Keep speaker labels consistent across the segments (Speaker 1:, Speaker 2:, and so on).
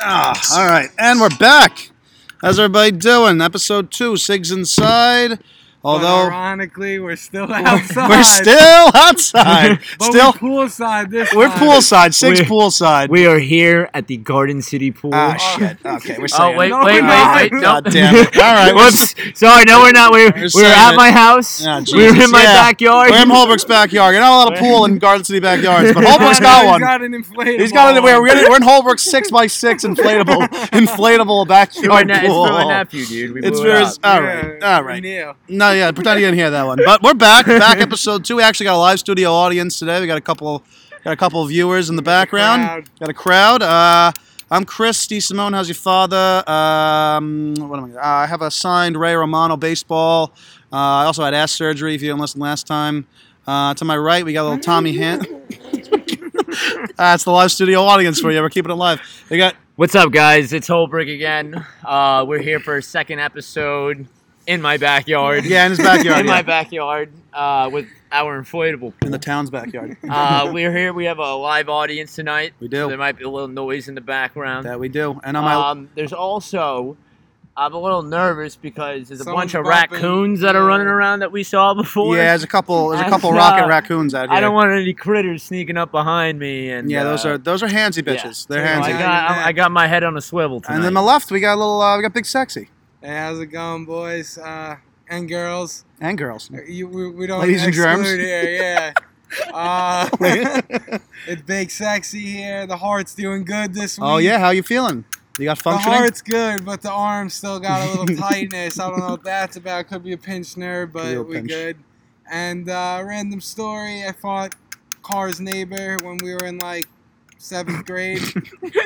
Speaker 1: Ah, all right, and we're back. How's everybody doing? Episode two, Sigs Inside.
Speaker 2: But
Speaker 1: Although
Speaker 2: ironically, we're still outside.
Speaker 1: we're still outside,
Speaker 2: but
Speaker 1: still
Speaker 2: we're poolside this
Speaker 1: we're
Speaker 2: time.
Speaker 1: poolside, Sigs
Speaker 3: We're-
Speaker 1: poolside.
Speaker 3: We are here at the Garden City Pool.
Speaker 1: ah, shit. Okay, we're
Speaker 4: Oh
Speaker 1: saying.
Speaker 4: wait,
Speaker 2: No, we're
Speaker 4: wait, wait,
Speaker 2: not.
Speaker 4: wait!
Speaker 1: God
Speaker 4: Don't.
Speaker 1: damn it! All right, we're
Speaker 3: Whoops. Sorry, no, we're not. We're, we're
Speaker 1: saying
Speaker 3: at
Speaker 1: it.
Speaker 3: my house.
Speaker 1: Ah,
Speaker 3: we're
Speaker 1: Jesus.
Speaker 3: in my
Speaker 1: Yeah.
Speaker 3: backyard.
Speaker 1: Graham Holbrook's backyard. You're not allowed a pool in Garden City backyards, but Holbrook's
Speaker 2: He's
Speaker 1: got one.
Speaker 2: got an inflatable.
Speaker 1: He's got it. We're,
Speaker 2: one.
Speaker 1: we're in Holbrook's six by six inflatable inflatable
Speaker 4: It's for my
Speaker 1: backyard
Speaker 4: ne- it's
Speaker 1: pool.
Speaker 4: for my nephew, dude. We
Speaker 1: It's
Speaker 4: blew it
Speaker 1: for
Speaker 4: up.
Speaker 1: his- all right,
Speaker 2: Yeah,
Speaker 1: all right.
Speaker 2: Neil.
Speaker 1: No, yeah, pretend you didn't hear that one. But we're back, back episode two. We actually got a live studio audience today. We got a couple, got a couple of viewers in the background.
Speaker 2: crowd.
Speaker 1: Got a crowd. Uh, I'm Chris D. Simone. How's your father? Um, what am I? Uh, I have a signed Ray Romano baseball. Uh, I also had ass surgery. If you didn't listen last time. Uh, to my right, we got a little Tommy Hint. That's the live studio audience for you. We're keeping it live. They got
Speaker 4: What's up, guys? It's Holbrook again. Uh, we're here for a second episode in my backyard.
Speaker 1: yeah in his backyard.
Speaker 4: in my
Speaker 1: yeah.
Speaker 4: backyard uh, with our inflatable
Speaker 1: in
Speaker 4: pool.
Speaker 1: the town's backyard.
Speaker 4: Uh, we're here. We have a live audience tonight.
Speaker 1: We
Speaker 4: So
Speaker 1: do.
Speaker 4: there might be a little noise in the background.
Speaker 1: That we do. And on my
Speaker 4: Um, there's also. I'm a little nervous because there's a
Speaker 2: Someone's
Speaker 4: bunch of
Speaker 2: bumping.
Speaker 4: raccoons that are running around that we saw before.
Speaker 1: Yeah, there's a couple. There's a
Speaker 4: I
Speaker 1: couple
Speaker 4: saw-
Speaker 1: rocket raccoons out here.
Speaker 4: I don't want any critters sneaking up behind me. And
Speaker 1: Yeah, those
Speaker 4: uh,
Speaker 1: are those are handsy
Speaker 4: yeah.
Speaker 1: bitches. They're
Speaker 2: Yeah,
Speaker 4: Oh,
Speaker 1: handsy.
Speaker 4: I
Speaker 2: Hands
Speaker 4: got,
Speaker 2: on your
Speaker 4: I, I got my head on a swivel tonight.
Speaker 1: and then my left, we got a little. Uh, we got big sexy
Speaker 2: Hey, how's it going, boys uh, and girls?
Speaker 1: and girls.
Speaker 2: You, we, we don't
Speaker 1: Ladies and germs.
Speaker 2: exclude here. Yeah. Uh, it's big sexy here. The heart's doing good this week.
Speaker 1: oh yeah, how you feeling? You got
Speaker 2: The
Speaker 1: functioning?
Speaker 2: heart's good, but the arm still got a little tightness. I don't know what that's about. Could be a pinched nerve,
Speaker 1: Could be a
Speaker 2: but we
Speaker 1: pinch.
Speaker 2: good. And uh, random story: I fought Car's neighbor when we were in like seventh grade, maybe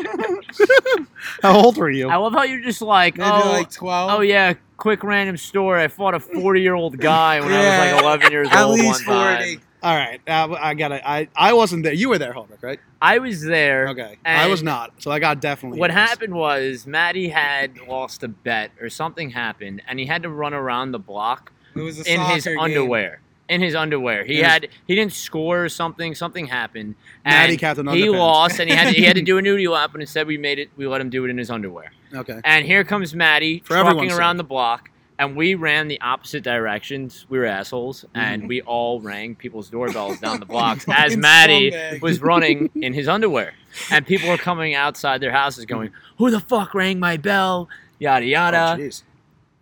Speaker 1: How old were you?
Speaker 4: I love how you're just like, oh,
Speaker 2: like twelve.
Speaker 4: oh yeah, quick random story. I fought a 40 year old guy when I was
Speaker 2: Yeah.
Speaker 4: like 11 years
Speaker 2: At
Speaker 4: old one
Speaker 2: least
Speaker 4: time.
Speaker 2: forty.
Speaker 1: All right, uh, I got. I I wasn't there. You were there, Holbrook, right?
Speaker 4: I was there.
Speaker 1: Okay, I was
Speaker 4: And-
Speaker 1: not. So I got definitely.
Speaker 4: What
Speaker 1: hit this.
Speaker 4: happened was Maddie had lost a bet or something happened, and he had to run around the block
Speaker 2: It was a
Speaker 4: in his
Speaker 2: soccer game.
Speaker 4: underwear. In his underwear, he
Speaker 1: In his-
Speaker 4: had he didn't score or something. Something happened.
Speaker 1: Maddie
Speaker 4: and
Speaker 1: Captain
Speaker 4: He
Speaker 1: Underpants.
Speaker 4: lost, and he had to, he had to do a nudie lap, and instead we made it. We let him do it in his underwear.
Speaker 1: Okay.
Speaker 4: And here comes Maddie
Speaker 1: For
Speaker 4: trucking
Speaker 1: everyone's
Speaker 4: around the block, and we ran the opposite directions. We were assholes, and we all rang people's doorbells down the blocks as
Speaker 2: Fucking
Speaker 4: Maddie
Speaker 2: scumbag.
Speaker 4: was running in his underwear. And people were coming outside their houses going, Who the fuck rang my bell? Yada
Speaker 1: Oh,
Speaker 4: yada.
Speaker 1: jeez.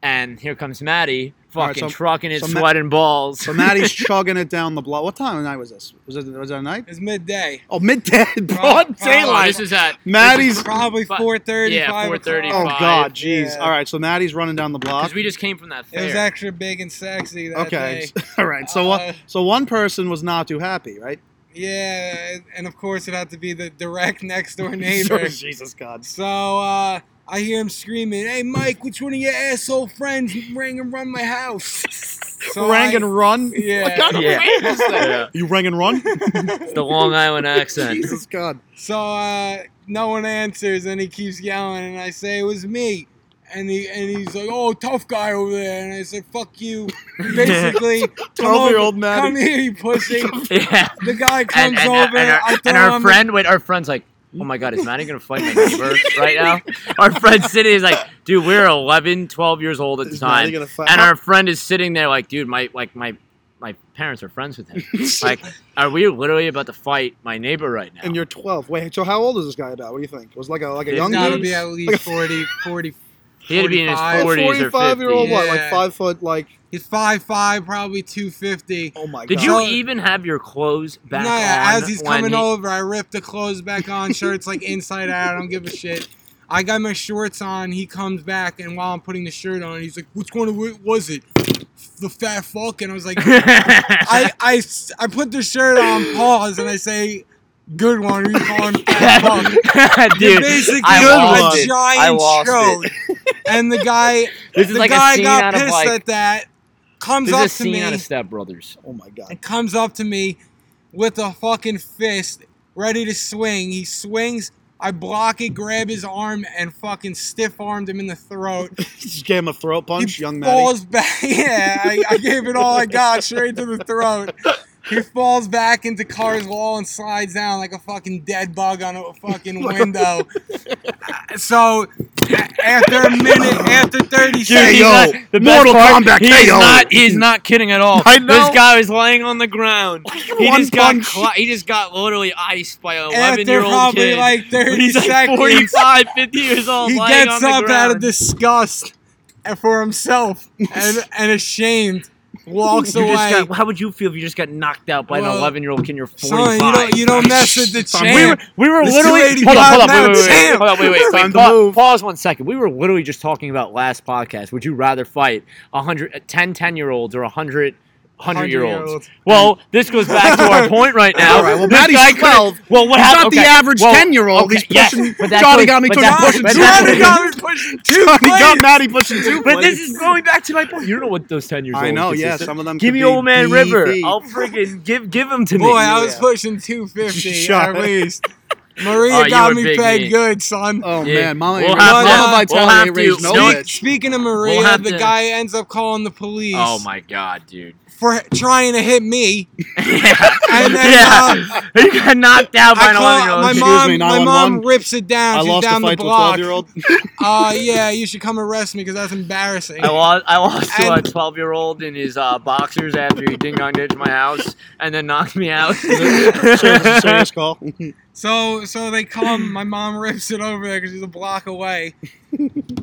Speaker 4: and here comes Maddie
Speaker 1: All right,
Speaker 4: fucking
Speaker 1: so-
Speaker 4: trucking his
Speaker 1: so Ma-
Speaker 4: sweat and balls.
Speaker 1: so Maddie's chugging it down the block. What time of night was this? Was it was it a night?
Speaker 2: It's midday.
Speaker 1: Oh, midday, broad
Speaker 2: Oh,
Speaker 4: Oh,
Speaker 1: daylight.
Speaker 4: this is at
Speaker 1: Maddie's.
Speaker 2: Probably
Speaker 4: Fi-
Speaker 2: four thirty.
Speaker 4: yeah,
Speaker 2: five
Speaker 4: 4:30,
Speaker 2: o'clock.
Speaker 1: Oh
Speaker 4: five.
Speaker 1: God, jeez.
Speaker 2: Yeah.
Speaker 1: All right, so Maddie's running down the block.
Speaker 4: because we just came from that fair.
Speaker 2: It was extra big and sexy that
Speaker 1: Okay.
Speaker 2: day.
Speaker 1: All right. So
Speaker 2: Uh,
Speaker 1: what? So one person was not too happy, right?
Speaker 2: Yeah, and of course it had to be the direct next door
Speaker 1: Sort
Speaker 2: neighbor.
Speaker 1: of Jesus God.
Speaker 2: So uh, I hear him screaming, "Hey, Mike, which one of your asshole friends rang and run my house?" So
Speaker 1: rang
Speaker 2: I-
Speaker 1: and run.
Speaker 2: Yeah.
Speaker 1: What kind of
Speaker 4: Yeah.
Speaker 1: man is that?
Speaker 4: Yeah.
Speaker 1: You rang and run.
Speaker 4: It's the Long Island accent.
Speaker 1: Jesus God.
Speaker 2: So uh, no one answers, and he keeps yelling, and I say it was me, and he and he's like, "Oh, tough guy over there," and I said, "Fuck you." Basically, come
Speaker 1: Twelve-year-old
Speaker 2: over-
Speaker 1: Maddie.
Speaker 2: Come here, you pussy.
Speaker 4: yeah.
Speaker 2: The guy comes
Speaker 4: and, and,
Speaker 2: over.
Speaker 4: and our,
Speaker 2: I
Speaker 4: and
Speaker 2: throw
Speaker 4: our
Speaker 2: him
Speaker 4: friend, wait, our friend's like, oh my God, is Maddie going to fight my neighbor right now? Our friend sitting is like, dude, we're 11, 12 years old at the
Speaker 1: Is Maddie
Speaker 4: time.
Speaker 1: gonna fight-
Speaker 4: And our friend is sitting there like, dude, my, like, my, my parents are friends with him. Like, are we literally about to fight my neighbor right now?
Speaker 1: And you're 12. Wait. So how old is this guy about? What do you think? Was like a like a young
Speaker 2: Gotta
Speaker 1: dude.
Speaker 2: be at least 40, 40.
Speaker 4: he had to be in his
Speaker 2: 45,
Speaker 4: 40s or 50s.
Speaker 1: year old what? Like
Speaker 2: Yeah.
Speaker 1: five foot. Like
Speaker 2: He's five five, probably two fifty.
Speaker 1: oh my
Speaker 4: Did
Speaker 1: God.
Speaker 4: you
Speaker 2: So-
Speaker 4: even have your clothes back
Speaker 2: no,
Speaker 4: on?
Speaker 2: yeah, as he's
Speaker 4: when
Speaker 2: coming
Speaker 4: he-
Speaker 2: over, I rip the clothes back on. Shirts like inside out. I don't give a shit. I got my shorts on. He comes back, and while I'm putting the shirt on, he's like, "Which one wa- was it? The fat fuck?" And I was like, I, I s- I put the shirt on, pause, and I say, "Good one." Are you calling him fat fuck?
Speaker 4: dude,
Speaker 2: Basically,
Speaker 4: I
Speaker 2: a
Speaker 4: lost it.
Speaker 2: giant
Speaker 4: I lost
Speaker 2: show. And the guy,
Speaker 4: This is
Speaker 2: the
Speaker 4: like a
Speaker 2: guy
Speaker 4: scene
Speaker 2: got
Speaker 4: out of
Speaker 2: pissed
Speaker 4: like
Speaker 2: at that. Comes
Speaker 4: this is
Speaker 2: up
Speaker 4: a
Speaker 2: to
Speaker 4: scene
Speaker 2: me.
Speaker 4: out of Step Brothers.
Speaker 1: Oh my God.
Speaker 2: and comes up to me with a fucking fist ready to swing. He swings. I block it, grab his arm, and fucking stiff armed him in the throat.
Speaker 1: Just gave him a throat punch,
Speaker 2: he
Speaker 1: young Maddie.
Speaker 2: falls back. Yeah, I, I gave it all I got straight to the throat. He falls back into Car's wall and slides down like a fucking dead bug on a fucking window. Uh, so a- after a minute, after 30 seconds,
Speaker 3: He's
Speaker 1: yo,
Speaker 3: not- the best
Speaker 1: Mortal
Speaker 3: part,
Speaker 1: Kombat
Speaker 3: he's
Speaker 1: KO.
Speaker 3: not. He's not kidding at all.
Speaker 1: I know.
Speaker 3: This guy was laying on the ground. He
Speaker 1: One
Speaker 3: just got.
Speaker 1: punch.
Speaker 3: Cla- he just got literally iced by an
Speaker 2: after
Speaker 3: eleven-year-old
Speaker 2: probably
Speaker 3: kid.
Speaker 2: like 30
Speaker 3: he's like
Speaker 2: seconds,
Speaker 3: 45, 50 years old.
Speaker 2: he
Speaker 3: lying on
Speaker 2: gets
Speaker 3: the
Speaker 2: up out of
Speaker 3: ground.
Speaker 2: disgust for himself and, and ashamed, walks
Speaker 4: You just
Speaker 2: away.
Speaker 4: got, how would you feel if you just got knocked out by
Speaker 2: Well,
Speaker 4: an 11 year old kid? and You're 45.
Speaker 2: Son, you don't, you don't mess with the champ.
Speaker 3: We were, we were
Speaker 2: It's
Speaker 3: literally.
Speaker 2: 285
Speaker 3: Hold on, hold on, wait, wait, wait,
Speaker 2: now,
Speaker 3: wait,
Speaker 2: champ.
Speaker 3: hold on, wait, wait, wait.
Speaker 1: Time to
Speaker 3: pa-
Speaker 1: move.
Speaker 3: pause one second. We were literally just talking about last podcast. Would you rather fight a 100, 10 10 year olds or 100 100 year olds?
Speaker 2: 100-year-olds.
Speaker 3: Well, this goes back to our point right now.
Speaker 1: All right, well,
Speaker 3: This
Speaker 1: Matty's
Speaker 3: guy could've-
Speaker 1: 12.
Speaker 3: Well, what
Speaker 1: He's
Speaker 3: happened?
Speaker 1: not the
Speaker 3: okay,
Speaker 1: average
Speaker 3: well,
Speaker 1: 10-year-old. He's
Speaker 3: yes,
Speaker 1: pushing-
Speaker 3: but that's
Speaker 1: Johnny
Speaker 3: what-
Speaker 1: got me
Speaker 3: but
Speaker 1: to
Speaker 3: that's-
Speaker 1: pushing
Speaker 3: but
Speaker 1: two.
Speaker 3: that's what-
Speaker 2: Johnny got me pushing two
Speaker 1: Johnny got
Speaker 2: plates.
Speaker 1: Matty pushing two
Speaker 3: But this
Speaker 1: plates.
Speaker 3: is going back to my point. You know what those 10 years old
Speaker 1: I know,
Speaker 3: kids
Speaker 1: yeah.
Speaker 3: is.
Speaker 1: Some of them
Speaker 3: Give
Speaker 1: could
Speaker 3: me
Speaker 1: be
Speaker 3: old man River.
Speaker 1: beefy.
Speaker 3: I'll friggin' give give him to me.
Speaker 2: Boy, I was
Speaker 1: Yeah.
Speaker 2: pushing 250
Speaker 1: Shut
Speaker 2: at
Speaker 1: up.
Speaker 2: least. Maria
Speaker 4: Oh, you
Speaker 2: got
Speaker 4: were
Speaker 2: me
Speaker 4: big
Speaker 2: paid
Speaker 4: meat.
Speaker 2: good, son.
Speaker 1: Oh
Speaker 4: Yeah.
Speaker 1: man, Mama,
Speaker 4: We'll
Speaker 1: ain't-
Speaker 4: have
Speaker 1: Mama
Speaker 4: to- we'll have
Speaker 1: Vitality
Speaker 4: to-
Speaker 1: raised no
Speaker 4: we'll-
Speaker 1: bitch.
Speaker 2: Speaking of Maria,
Speaker 4: have
Speaker 2: the
Speaker 4: to-
Speaker 2: guy ends up calling the police
Speaker 4: Oh my god, dude.
Speaker 2: for trying to hit me.
Speaker 4: yeah.
Speaker 2: And then,
Speaker 1: um,
Speaker 4: yeah. you got knocked out by
Speaker 2: I
Speaker 4: an
Speaker 2: call,
Speaker 4: 11 year
Speaker 2: my
Speaker 4: old.
Speaker 1: Excuse
Speaker 2: mom.
Speaker 1: me,
Speaker 2: my mom
Speaker 1: 911.
Speaker 2: rips it down.
Speaker 1: I
Speaker 2: She's
Speaker 1: lost
Speaker 2: down
Speaker 1: the fight
Speaker 2: the
Speaker 1: to a twelve
Speaker 2: block.
Speaker 1: year old.
Speaker 2: Uh, yeah, you should come arrest me because that's embarrassing.
Speaker 4: I lost, I lost to a
Speaker 2: And-
Speaker 4: 12 year old in his uh, boxers after he ding dong ditched my house and then knocked me out. yeah,
Speaker 1: Serious call.
Speaker 2: So so they come. My mom rips it over there because he's a block away.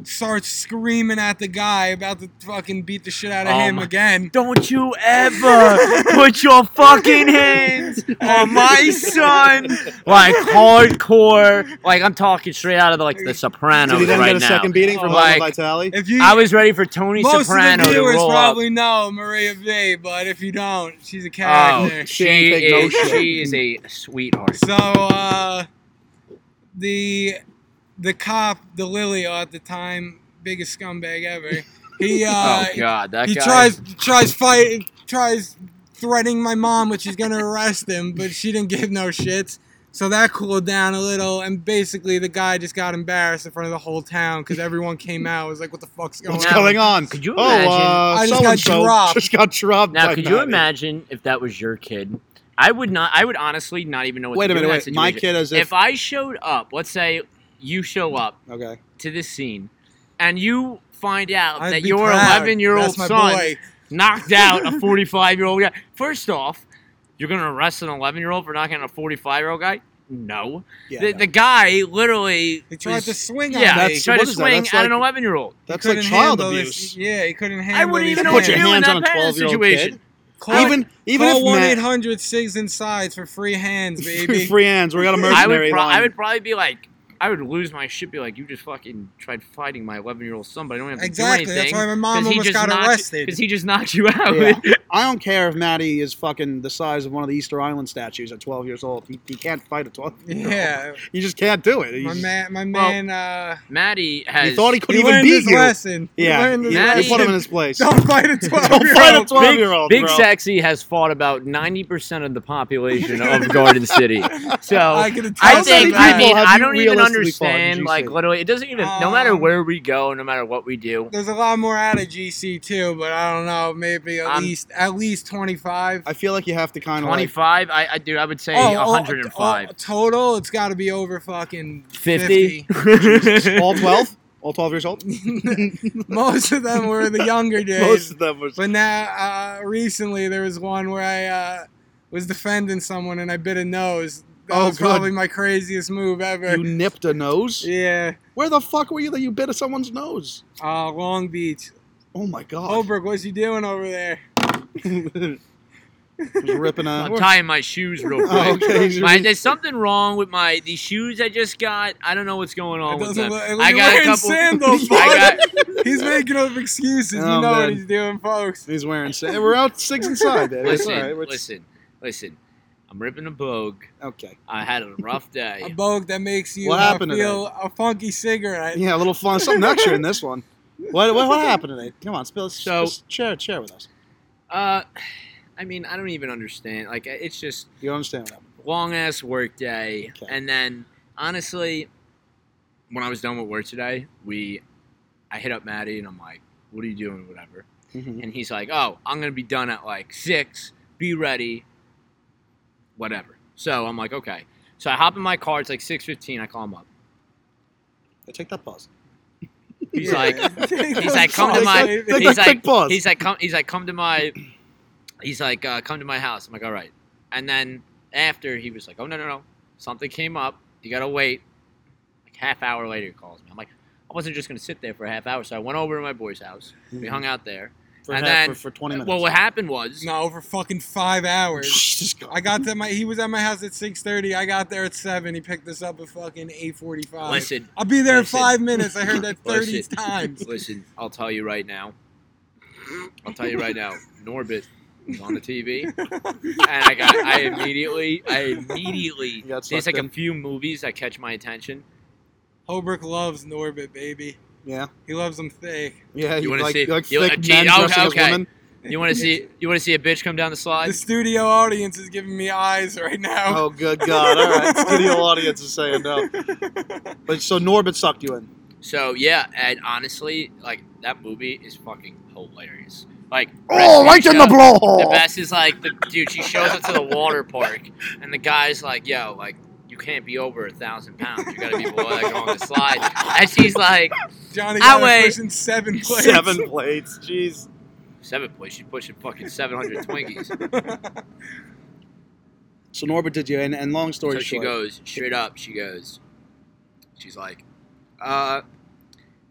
Speaker 2: Starts screaming at the guy about to fucking beat the shit out of
Speaker 4: Oh
Speaker 2: him
Speaker 4: my-
Speaker 2: again.
Speaker 3: Don't you ever put your fucking hands on my son.
Speaker 4: like hardcore. Like I'm talking straight out of like the
Speaker 1: Did
Speaker 4: Sopranos
Speaker 1: he then
Speaker 4: right
Speaker 1: get a
Speaker 4: now.
Speaker 1: second beating from
Speaker 4: Like-
Speaker 1: Mama Vitality?
Speaker 2: If you,
Speaker 4: I was ready for Tony
Speaker 2: most
Speaker 4: Soprano
Speaker 2: of the viewers
Speaker 4: to roll up.
Speaker 2: probably know Maria V, but if you don't, she's a
Speaker 4: Oh,
Speaker 2: character.
Speaker 1: She ain't
Speaker 4: she
Speaker 1: take no
Speaker 4: is,
Speaker 1: shit.
Speaker 4: she is a sweetheart.
Speaker 2: So uh, the the cop, the Lilio at the time, biggest scumbag ever. He uh,
Speaker 4: oh God, that
Speaker 2: he
Speaker 4: guy.
Speaker 2: tries tries fight tries threatening my mom which she's gonna arrest him but she didn't give no shits so that cooled down a little and basically the guy just got embarrassed in front of the whole town because everyone came out was like what the fuck's going
Speaker 1: What's
Speaker 4: Now,
Speaker 2: on
Speaker 1: going on?
Speaker 4: could you
Speaker 1: oh, Uh,
Speaker 4: imagine-
Speaker 2: I just got
Speaker 1: so-and-so
Speaker 2: dropped.
Speaker 1: Just got dropped.
Speaker 4: Now,
Speaker 1: by
Speaker 4: could you
Speaker 1: Matty.
Speaker 4: imagine if that was your kid? I would not. I would honestly not even know what
Speaker 1: Wait
Speaker 4: to
Speaker 1: a
Speaker 4: do
Speaker 1: minute.
Speaker 4: in that
Speaker 1: Wait. My
Speaker 4: situation.
Speaker 1: kid is
Speaker 4: If
Speaker 1: if.
Speaker 4: I showed up, let's say you show up
Speaker 1: Okay.
Speaker 4: to this scene, and you find out
Speaker 2: I'd
Speaker 4: that
Speaker 2: be
Speaker 4: your
Speaker 2: proud.
Speaker 4: 11 year old
Speaker 2: That's my
Speaker 4: son
Speaker 2: boy.
Speaker 4: knocked out a 45 year old guy. First off, you're gonna arrest an 11 year old for knocking out a 45 year old guy? No.
Speaker 1: Yeah.
Speaker 4: the,
Speaker 1: no.
Speaker 4: the guy literally
Speaker 2: he tried
Speaker 4: was-
Speaker 2: to swing
Speaker 4: yeah,
Speaker 2: on me.
Speaker 1: That's-
Speaker 2: He
Speaker 4: tried to
Speaker 1: what is that?
Speaker 4: swing
Speaker 1: That's
Speaker 4: at an
Speaker 1: like-
Speaker 4: 11 year old.
Speaker 1: That's
Speaker 2: couldn't
Speaker 1: like child
Speaker 2: handle this-
Speaker 1: abuse.
Speaker 2: yeah he couldn't handle
Speaker 4: I wouldn't
Speaker 2: these
Speaker 4: even know
Speaker 1: put
Speaker 4: what
Speaker 2: hands.
Speaker 4: to
Speaker 1: your
Speaker 4: do in
Speaker 1: hands on
Speaker 4: that
Speaker 1: a
Speaker 4: parent
Speaker 1: 12-year-old kid.
Speaker 4: situation.
Speaker 2: Call-
Speaker 1: even even
Speaker 2: call
Speaker 1: if
Speaker 2: one eight
Speaker 1: Matt,
Speaker 2: hundred Sigs and Sides for free hands, baby.
Speaker 1: free hands, we got a
Speaker 4: I would,
Speaker 1: mercenary
Speaker 4: pro- I
Speaker 1: line.
Speaker 4: would probably be like, I would lose my shit. Be like, you just fucking tried fighting my 11 year old son, but I don't have to
Speaker 2: Exactly,
Speaker 4: do
Speaker 2: that's
Speaker 4: anything.
Speaker 2: why my mom almost got arrested.
Speaker 4: because he just knocked you out.
Speaker 1: Yeah. I don't care if Matty is fucking the size of one of the Easter Island statues at 12 years old. He, he can't fight a 12.
Speaker 2: yeah,
Speaker 1: He just can't do it. He's
Speaker 2: my
Speaker 1: just-
Speaker 2: man, my man. uh,
Speaker 4: Maddie has.
Speaker 1: he thought he couldn't
Speaker 2: he
Speaker 1: even
Speaker 2: learned
Speaker 1: beat
Speaker 2: his
Speaker 1: you.
Speaker 2: lesson. He
Speaker 1: Yeah,
Speaker 2: learned his
Speaker 4: Yeah,
Speaker 1: you
Speaker 4: he
Speaker 1: put him in
Speaker 2: lesson.
Speaker 1: his place.
Speaker 2: Don't fight a 12
Speaker 1: Don't
Speaker 2: year
Speaker 1: fight a
Speaker 2: old.
Speaker 1: 12 year old.
Speaker 4: Big
Speaker 1: bro.
Speaker 4: Sexy has fought about 90% of the population of Garden City. So.
Speaker 2: I
Speaker 4: I-
Speaker 2: can attest
Speaker 1: How
Speaker 2: to
Speaker 1: many
Speaker 4: think
Speaker 2: that.
Speaker 4: I mean
Speaker 1: people have
Speaker 4: I
Speaker 1: you
Speaker 4: don't
Speaker 1: realistically
Speaker 4: even
Speaker 1: fought in
Speaker 4: understand like
Speaker 1: GC?
Speaker 4: literally it doesn't even no matter
Speaker 2: Um,
Speaker 4: where we go no matter what we do
Speaker 2: there's a lot more out of GC too, but I don't know, maybe at
Speaker 4: I'm-
Speaker 2: least at least 25.
Speaker 1: I feel like you have to kind of like
Speaker 4: 25 I, I dude I would say
Speaker 2: Oh, oh,
Speaker 4: 105
Speaker 2: oh, total, it's got to be over fucking
Speaker 4: 50
Speaker 2: 50.
Speaker 1: all 12, all 12 years old.
Speaker 2: Most of them were the younger
Speaker 1: Most
Speaker 2: days.
Speaker 1: of them were.
Speaker 2: But now, uh, recently, there was one where I uh, was defending someone and I bit a nose. That
Speaker 1: Oh,
Speaker 2: was
Speaker 1: good.
Speaker 2: probably my craziest move ever.
Speaker 1: You nipped a nose.
Speaker 2: yeah,
Speaker 1: Where the fuck were you that you bit at someone's nose?
Speaker 2: uh, Long Beach.
Speaker 1: Oh my god.
Speaker 2: Holbrook, what's you doing over there?
Speaker 1: Just ripping a.
Speaker 4: I'm tying my shoes real quick.
Speaker 1: Oh, okay.
Speaker 4: My, there's something wrong with my these shoes I just got. I don't know Oh, what's going on
Speaker 2: It
Speaker 4: with
Speaker 2: doesn't
Speaker 4: them.
Speaker 2: look- it
Speaker 4: I
Speaker 2: look- you're
Speaker 4: got a
Speaker 2: in
Speaker 4: couple.
Speaker 2: sandals,
Speaker 4: I
Speaker 2: bud. He's making up excuses. you
Speaker 1: Oh,
Speaker 2: know what
Speaker 1: man.
Speaker 2: he's doing, folks.
Speaker 1: He's wearing. sa- We're out six inside.
Speaker 4: got
Speaker 1: Baby. It's
Speaker 4: listen,
Speaker 1: all right. We're-
Speaker 4: listen, listen. I'm ripping a bogue.
Speaker 1: Okay.
Speaker 4: I had a rough
Speaker 2: A
Speaker 4: day.
Speaker 2: bug that makes you
Speaker 1: What
Speaker 2: uh,
Speaker 1: happened today?
Speaker 2: feel a funky cigarette.
Speaker 1: Yeah, a little fun, something extra in this one. What, what, what happened today? Come on, spill.
Speaker 4: So-
Speaker 1: So, share, share with us.
Speaker 4: Uh, I mean, I don't even understand. Like, it's just
Speaker 1: You don't understand what happened.
Speaker 4: long ass work day.
Speaker 1: Okay.
Speaker 4: And then honestly, when I was done with work today, we I hit up Maddie and I'm like, What are you doing? Whatever.
Speaker 1: Mhm.
Speaker 4: And he's like, Oh, I'm gonna be done at like six, be ready, whatever. So I'm like, okay. So I hop in my car. It's like 6:15. I call him up.
Speaker 1: I take that pause.
Speaker 4: He's
Speaker 2: Yeah.
Speaker 4: like, he's like, come to my,
Speaker 1: Take
Speaker 4: he's
Speaker 1: that quick
Speaker 4: like,
Speaker 1: pause.
Speaker 4: he's like, come, he's like, come to my, he's like, uh, come to my house. I'm like, all right. And then after he was like, oh no no no, something came up. You gotta wait. Like half hour later, he calls me. I'm like, I wasn't just gonna sit there for a half hour, so I went over to my boy's house. We hung out there.
Speaker 1: for,
Speaker 4: and
Speaker 1: half-
Speaker 4: then-
Speaker 1: for, for 20 Mm-hmm. minutes.
Speaker 4: Well, what happened was,
Speaker 2: No, over fucking five hours.
Speaker 1: Jesus Christ.
Speaker 2: I got to my. He was at my house at six thirty. I got there at seven. He picked us up at fucking eight forty five.
Speaker 4: listen,
Speaker 2: I'll be there in
Speaker 4: Listen.
Speaker 2: five minutes. I heard that thirty
Speaker 4: Listen.
Speaker 2: times.
Speaker 4: listen, I'll tell you right now. I'll tell you right now. Norbit was on the TV, and I got, I immediately, I immediately.
Speaker 1: You got
Speaker 4: There's
Speaker 1: sucked
Speaker 4: like a
Speaker 1: in.
Speaker 4: few movies that catch my attention.
Speaker 2: Holbrook loves Norbit, baby.
Speaker 1: Yeah.
Speaker 2: He loves him thick.
Speaker 1: Yeah, you,
Speaker 4: wanna
Speaker 1: like,
Speaker 4: see-
Speaker 1: you like
Speaker 4: you-
Speaker 1: thick
Speaker 4: uh, gee,
Speaker 1: men
Speaker 4: oh,
Speaker 1: dressing
Speaker 4: okay.
Speaker 1: as women.
Speaker 4: You want to see? You want to see a bitch come down the slide?
Speaker 2: The studio audience is giving me eyes right now.
Speaker 1: Oh, good God. All right. Studio audience is saying no. But so Norbit sucked you in.
Speaker 4: So yeah, and honestly, like that movie is fucking hilarious. Like
Speaker 1: Oh, right in the
Speaker 4: show- The
Speaker 1: blowhole.
Speaker 4: best is like the dude. She shows up to the water park, and the guy's like, "Yo, like." You can't be over a thousand pounds. You gotta be below like on the slide. And she's like,
Speaker 2: Johnny
Speaker 4: I
Speaker 2: got
Speaker 4: weigh
Speaker 2: pushing seven plates.
Speaker 1: Seven plates. Jeez.
Speaker 4: seven plates. She's pushing fucking seven hundred Twinkies.
Speaker 1: So Norbit did you, and, and long story
Speaker 4: so
Speaker 1: short.
Speaker 4: she goes straight up. She goes, she's like, uh,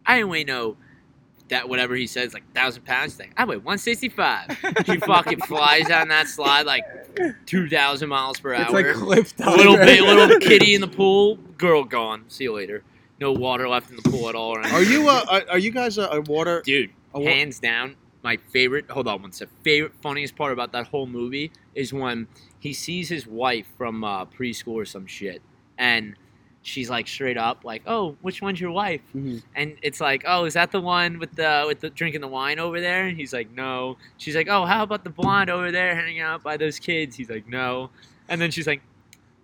Speaker 4: I didn't weigh no that whatever he says like thousand pounds thing. I weigh one sixty five. She fucking flies down that slide like two thousand miles per hour.
Speaker 2: It's like clipped
Speaker 4: A
Speaker 2: up.
Speaker 4: little bit, little kitty in the pool, girl gone. See you later. No water left in the pool at all. Or
Speaker 1: Are
Speaker 4: anything.
Speaker 1: you uh, are, are you guys a, a water?
Speaker 4: dude?
Speaker 1: A wa-
Speaker 4: hands down, my favorite. Hold on one sec. Favorite, funniest part about that whole movie is when he sees his wife from uh, preschool or some shit, and she's like straight up like, "Oh, which one's your wife?"
Speaker 1: Mhm.
Speaker 4: And it's like, "Oh, is that the one with the with the drinking the wine over there?" And he's like, "No." She's like, "Oh, how about the blonde over there hanging out by those kids?" He's like, "No." And then she's like.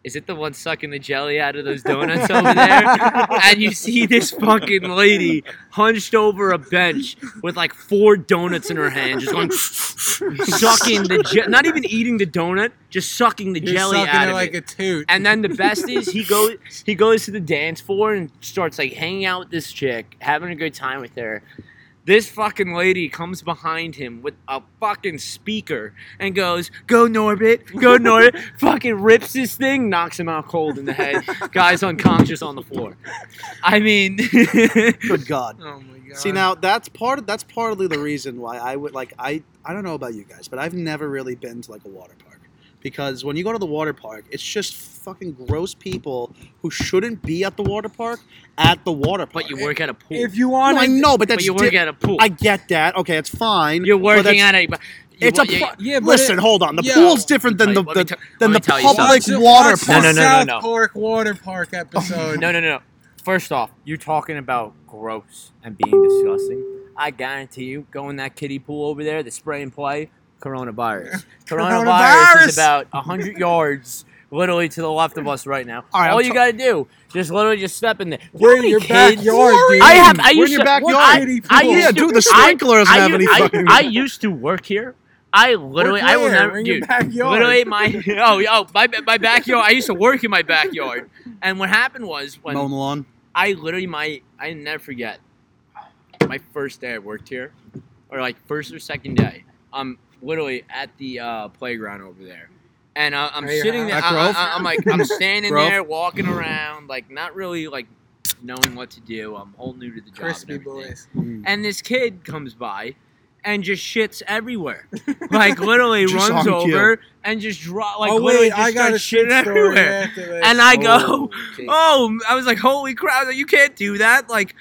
Speaker 4: Is it the one sucking the jelly out of those donuts over there? and you see this fucking lady hunched over a bench with like four donuts in her hand, just going sucking the je- not even eating the donut, just sucking the
Speaker 2: You're
Speaker 4: jelly
Speaker 2: sucking
Speaker 4: out
Speaker 2: it
Speaker 4: of
Speaker 2: like
Speaker 4: it.
Speaker 2: a toot.
Speaker 4: and then the best is he goes he goes to the dance floor and starts like hanging out with this chick, having a good time with her. This fucking lady comes behind him with a fucking speaker and goes, "Go Norbit, go Norbit!" fucking rips his thing, knocks him out cold in the head. Guy's unconscious on the floor. I mean,
Speaker 1: Good God.
Speaker 2: Oh my god.
Speaker 1: See now that's part of that's partly the reason why I would like I I don't know about you guys, but I've never really been to like a water park because when you go to the water park, it's just fucking gross people who shouldn't be at the water park at the water park.
Speaker 4: but you work at a pool.
Speaker 2: If you
Speaker 1: No,
Speaker 2: want
Speaker 1: I know, oh, but
Speaker 4: but
Speaker 1: that's
Speaker 4: you
Speaker 1: di-
Speaker 4: work at a pool.
Speaker 1: I get that. Okay, it's fine.
Speaker 4: You're
Speaker 1: but
Speaker 4: working
Speaker 1: that's-
Speaker 4: at a.
Speaker 1: it's a
Speaker 4: you-
Speaker 1: pro-
Speaker 2: Yeah, but
Speaker 1: listen.
Speaker 2: it-
Speaker 1: hold on, the
Speaker 2: yeah.
Speaker 1: pool's different than the,
Speaker 4: Let me
Speaker 1: the
Speaker 4: tell-
Speaker 1: than
Speaker 4: let
Speaker 1: the
Speaker 4: me tell you something.
Speaker 1: public
Speaker 2: Watch the-
Speaker 1: water
Speaker 2: watch the
Speaker 1: park.
Speaker 4: No, no, no, no,
Speaker 2: South
Speaker 4: no.
Speaker 2: Park water park episode.
Speaker 3: No, no, no. First off, you're talking about gross and being disgusting. I guarantee you, go in that kiddie pool over there, the spray and play, coronavirus. coronavirus,
Speaker 2: Coronavirus!
Speaker 3: is about 100 yards literally to the left of us right now.
Speaker 1: All
Speaker 3: All,
Speaker 1: right, I'm
Speaker 3: you
Speaker 1: t-
Speaker 3: got to do, just literally just step in there.
Speaker 2: We're in
Speaker 3: Nobody
Speaker 2: your
Speaker 3: cares.
Speaker 2: backyard, dude.
Speaker 3: I have. I
Speaker 1: We're in
Speaker 3: used
Speaker 1: your
Speaker 3: to,
Speaker 1: backyard.
Speaker 3: I, I
Speaker 1: Yeah,
Speaker 3: used to,
Speaker 1: dude, the
Speaker 3: I-
Speaker 1: sprinkler doesn't
Speaker 3: I
Speaker 1: have
Speaker 3: u-
Speaker 1: any
Speaker 3: I-
Speaker 1: fucking.
Speaker 3: I used to work here. I literally, I will
Speaker 2: Where?
Speaker 4: never-
Speaker 2: in your
Speaker 4: dude,
Speaker 2: backyard.
Speaker 4: Literally, my oh oh my my backyard. I used to work in my backyard, and what happened was when
Speaker 1: Mowing the lawn.
Speaker 4: I literally my I never forget my first day I worked here, or like first or second day. I'm literally at the uh, playground over there, and uh, I'm
Speaker 2: At your
Speaker 4: sitting there.
Speaker 1: house? At
Speaker 4: I,
Speaker 1: Grove?
Speaker 4: I, am like I'm standing
Speaker 1: Grove?
Speaker 4: there, walking around, like not really like knowing what to do. I'm whole new to the job.
Speaker 2: crispy
Speaker 4: and everything
Speaker 2: boys.
Speaker 4: and this kid comes by and just shits everywhere. Like literally
Speaker 1: Just
Speaker 4: runs
Speaker 1: on cue.
Speaker 4: over and just drop like
Speaker 2: oh
Speaker 4: literally
Speaker 2: wait,
Speaker 4: just
Speaker 2: I got a
Speaker 4: starts shitting
Speaker 2: shit story
Speaker 4: everywhere.
Speaker 2: after this.
Speaker 4: And I go,
Speaker 1: okay.
Speaker 4: oh, I was like, holy crap, like, you can't do that. Like,